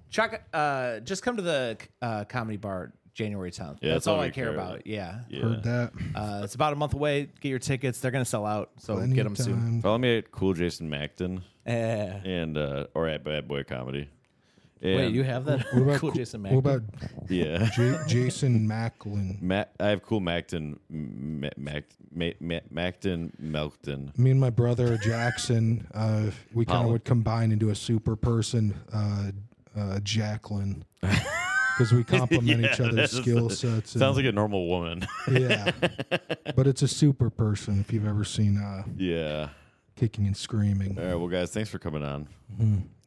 S2: Choc- uh, just come to the uh, comedy bar January tenth.
S1: Yeah,
S2: that's
S1: that's all
S2: all I
S1: we
S2: care
S1: care
S2: about.
S1: about.
S2: *laughs* Yeah.
S1: Yeah.
S3: Heard that.
S2: Uh, it's about a month away. Get your tickets. They're gonna sell out. So
S3: Plenty
S2: get
S3: of
S2: them soon.
S3: time.
S1: Follow me at Cool Jason Macton
S2: Eh.
S1: and uh, or at Bad Boy Comedy. And,
S2: Wait, you have that?
S3: What about,
S2: cool
S3: Coo-
S2: Jason Mack.
S3: what about
S1: *laughs* yeah.
S3: J- Jason Macklin?
S1: Mac, I have cool Macton, M- Mac, Mac, Ma- Ma- Macton, Melkton.
S3: Me and my brother Jackson, uh, we kind of would combine into a super person, uh, uh,
S2: *laughs*
S3: Jacqueline, because we complement each other's
S1: that's-
S3: skill sets. and-
S1: Sounds like a normal woman. *laughs*
S3: *laughs* yeah. But it's a super person if you've ever seen uh,
S1: yeah.
S3: kicking and screaming.
S1: All right. Well, guys, thanks for coming on.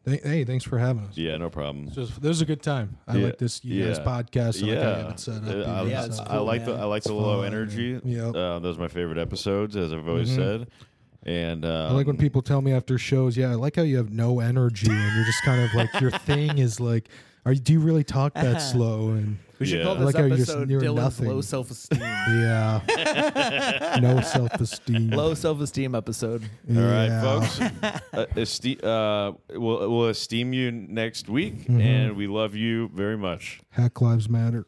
S3: Th- hey, thanks for having us.
S1: Yeah, no problem.
S3: This was- this was a good time. I
S1: Yeah.
S3: like this you guys
S1: Yeah.
S3: podcast. I like how you
S1: yeah,
S3: have it set
S1: Uh,
S3: up.
S1: I,
S3: You
S1: I-
S3: guys-
S2: it's
S1: I like
S2: cool,
S1: the
S2: man.
S1: I like the
S3: It's
S1: low
S3: fun,
S1: energy.
S3: man. Yep. Mm-hmm.
S1: Uh, those are my favorite episodes, as I've always said. And um,
S3: I like when people tell me after shows, yeah, I like how you have no energy and you're just kind of like *laughs* your thing is like, are you, do you really talk that slow? And
S2: We should
S1: Yeah.
S2: call
S1: I
S2: this
S3: like how you're just-
S2: episode
S3: you're
S2: Dylan's
S3: nothing.
S2: low self esteem.
S3: yeah, *laughs* no self esteem.
S2: low self esteem episode.
S1: All right, folks. uh, esteem, uh, we'll, we'll esteem you next week, and we love you very much.
S3: Hack lives matter.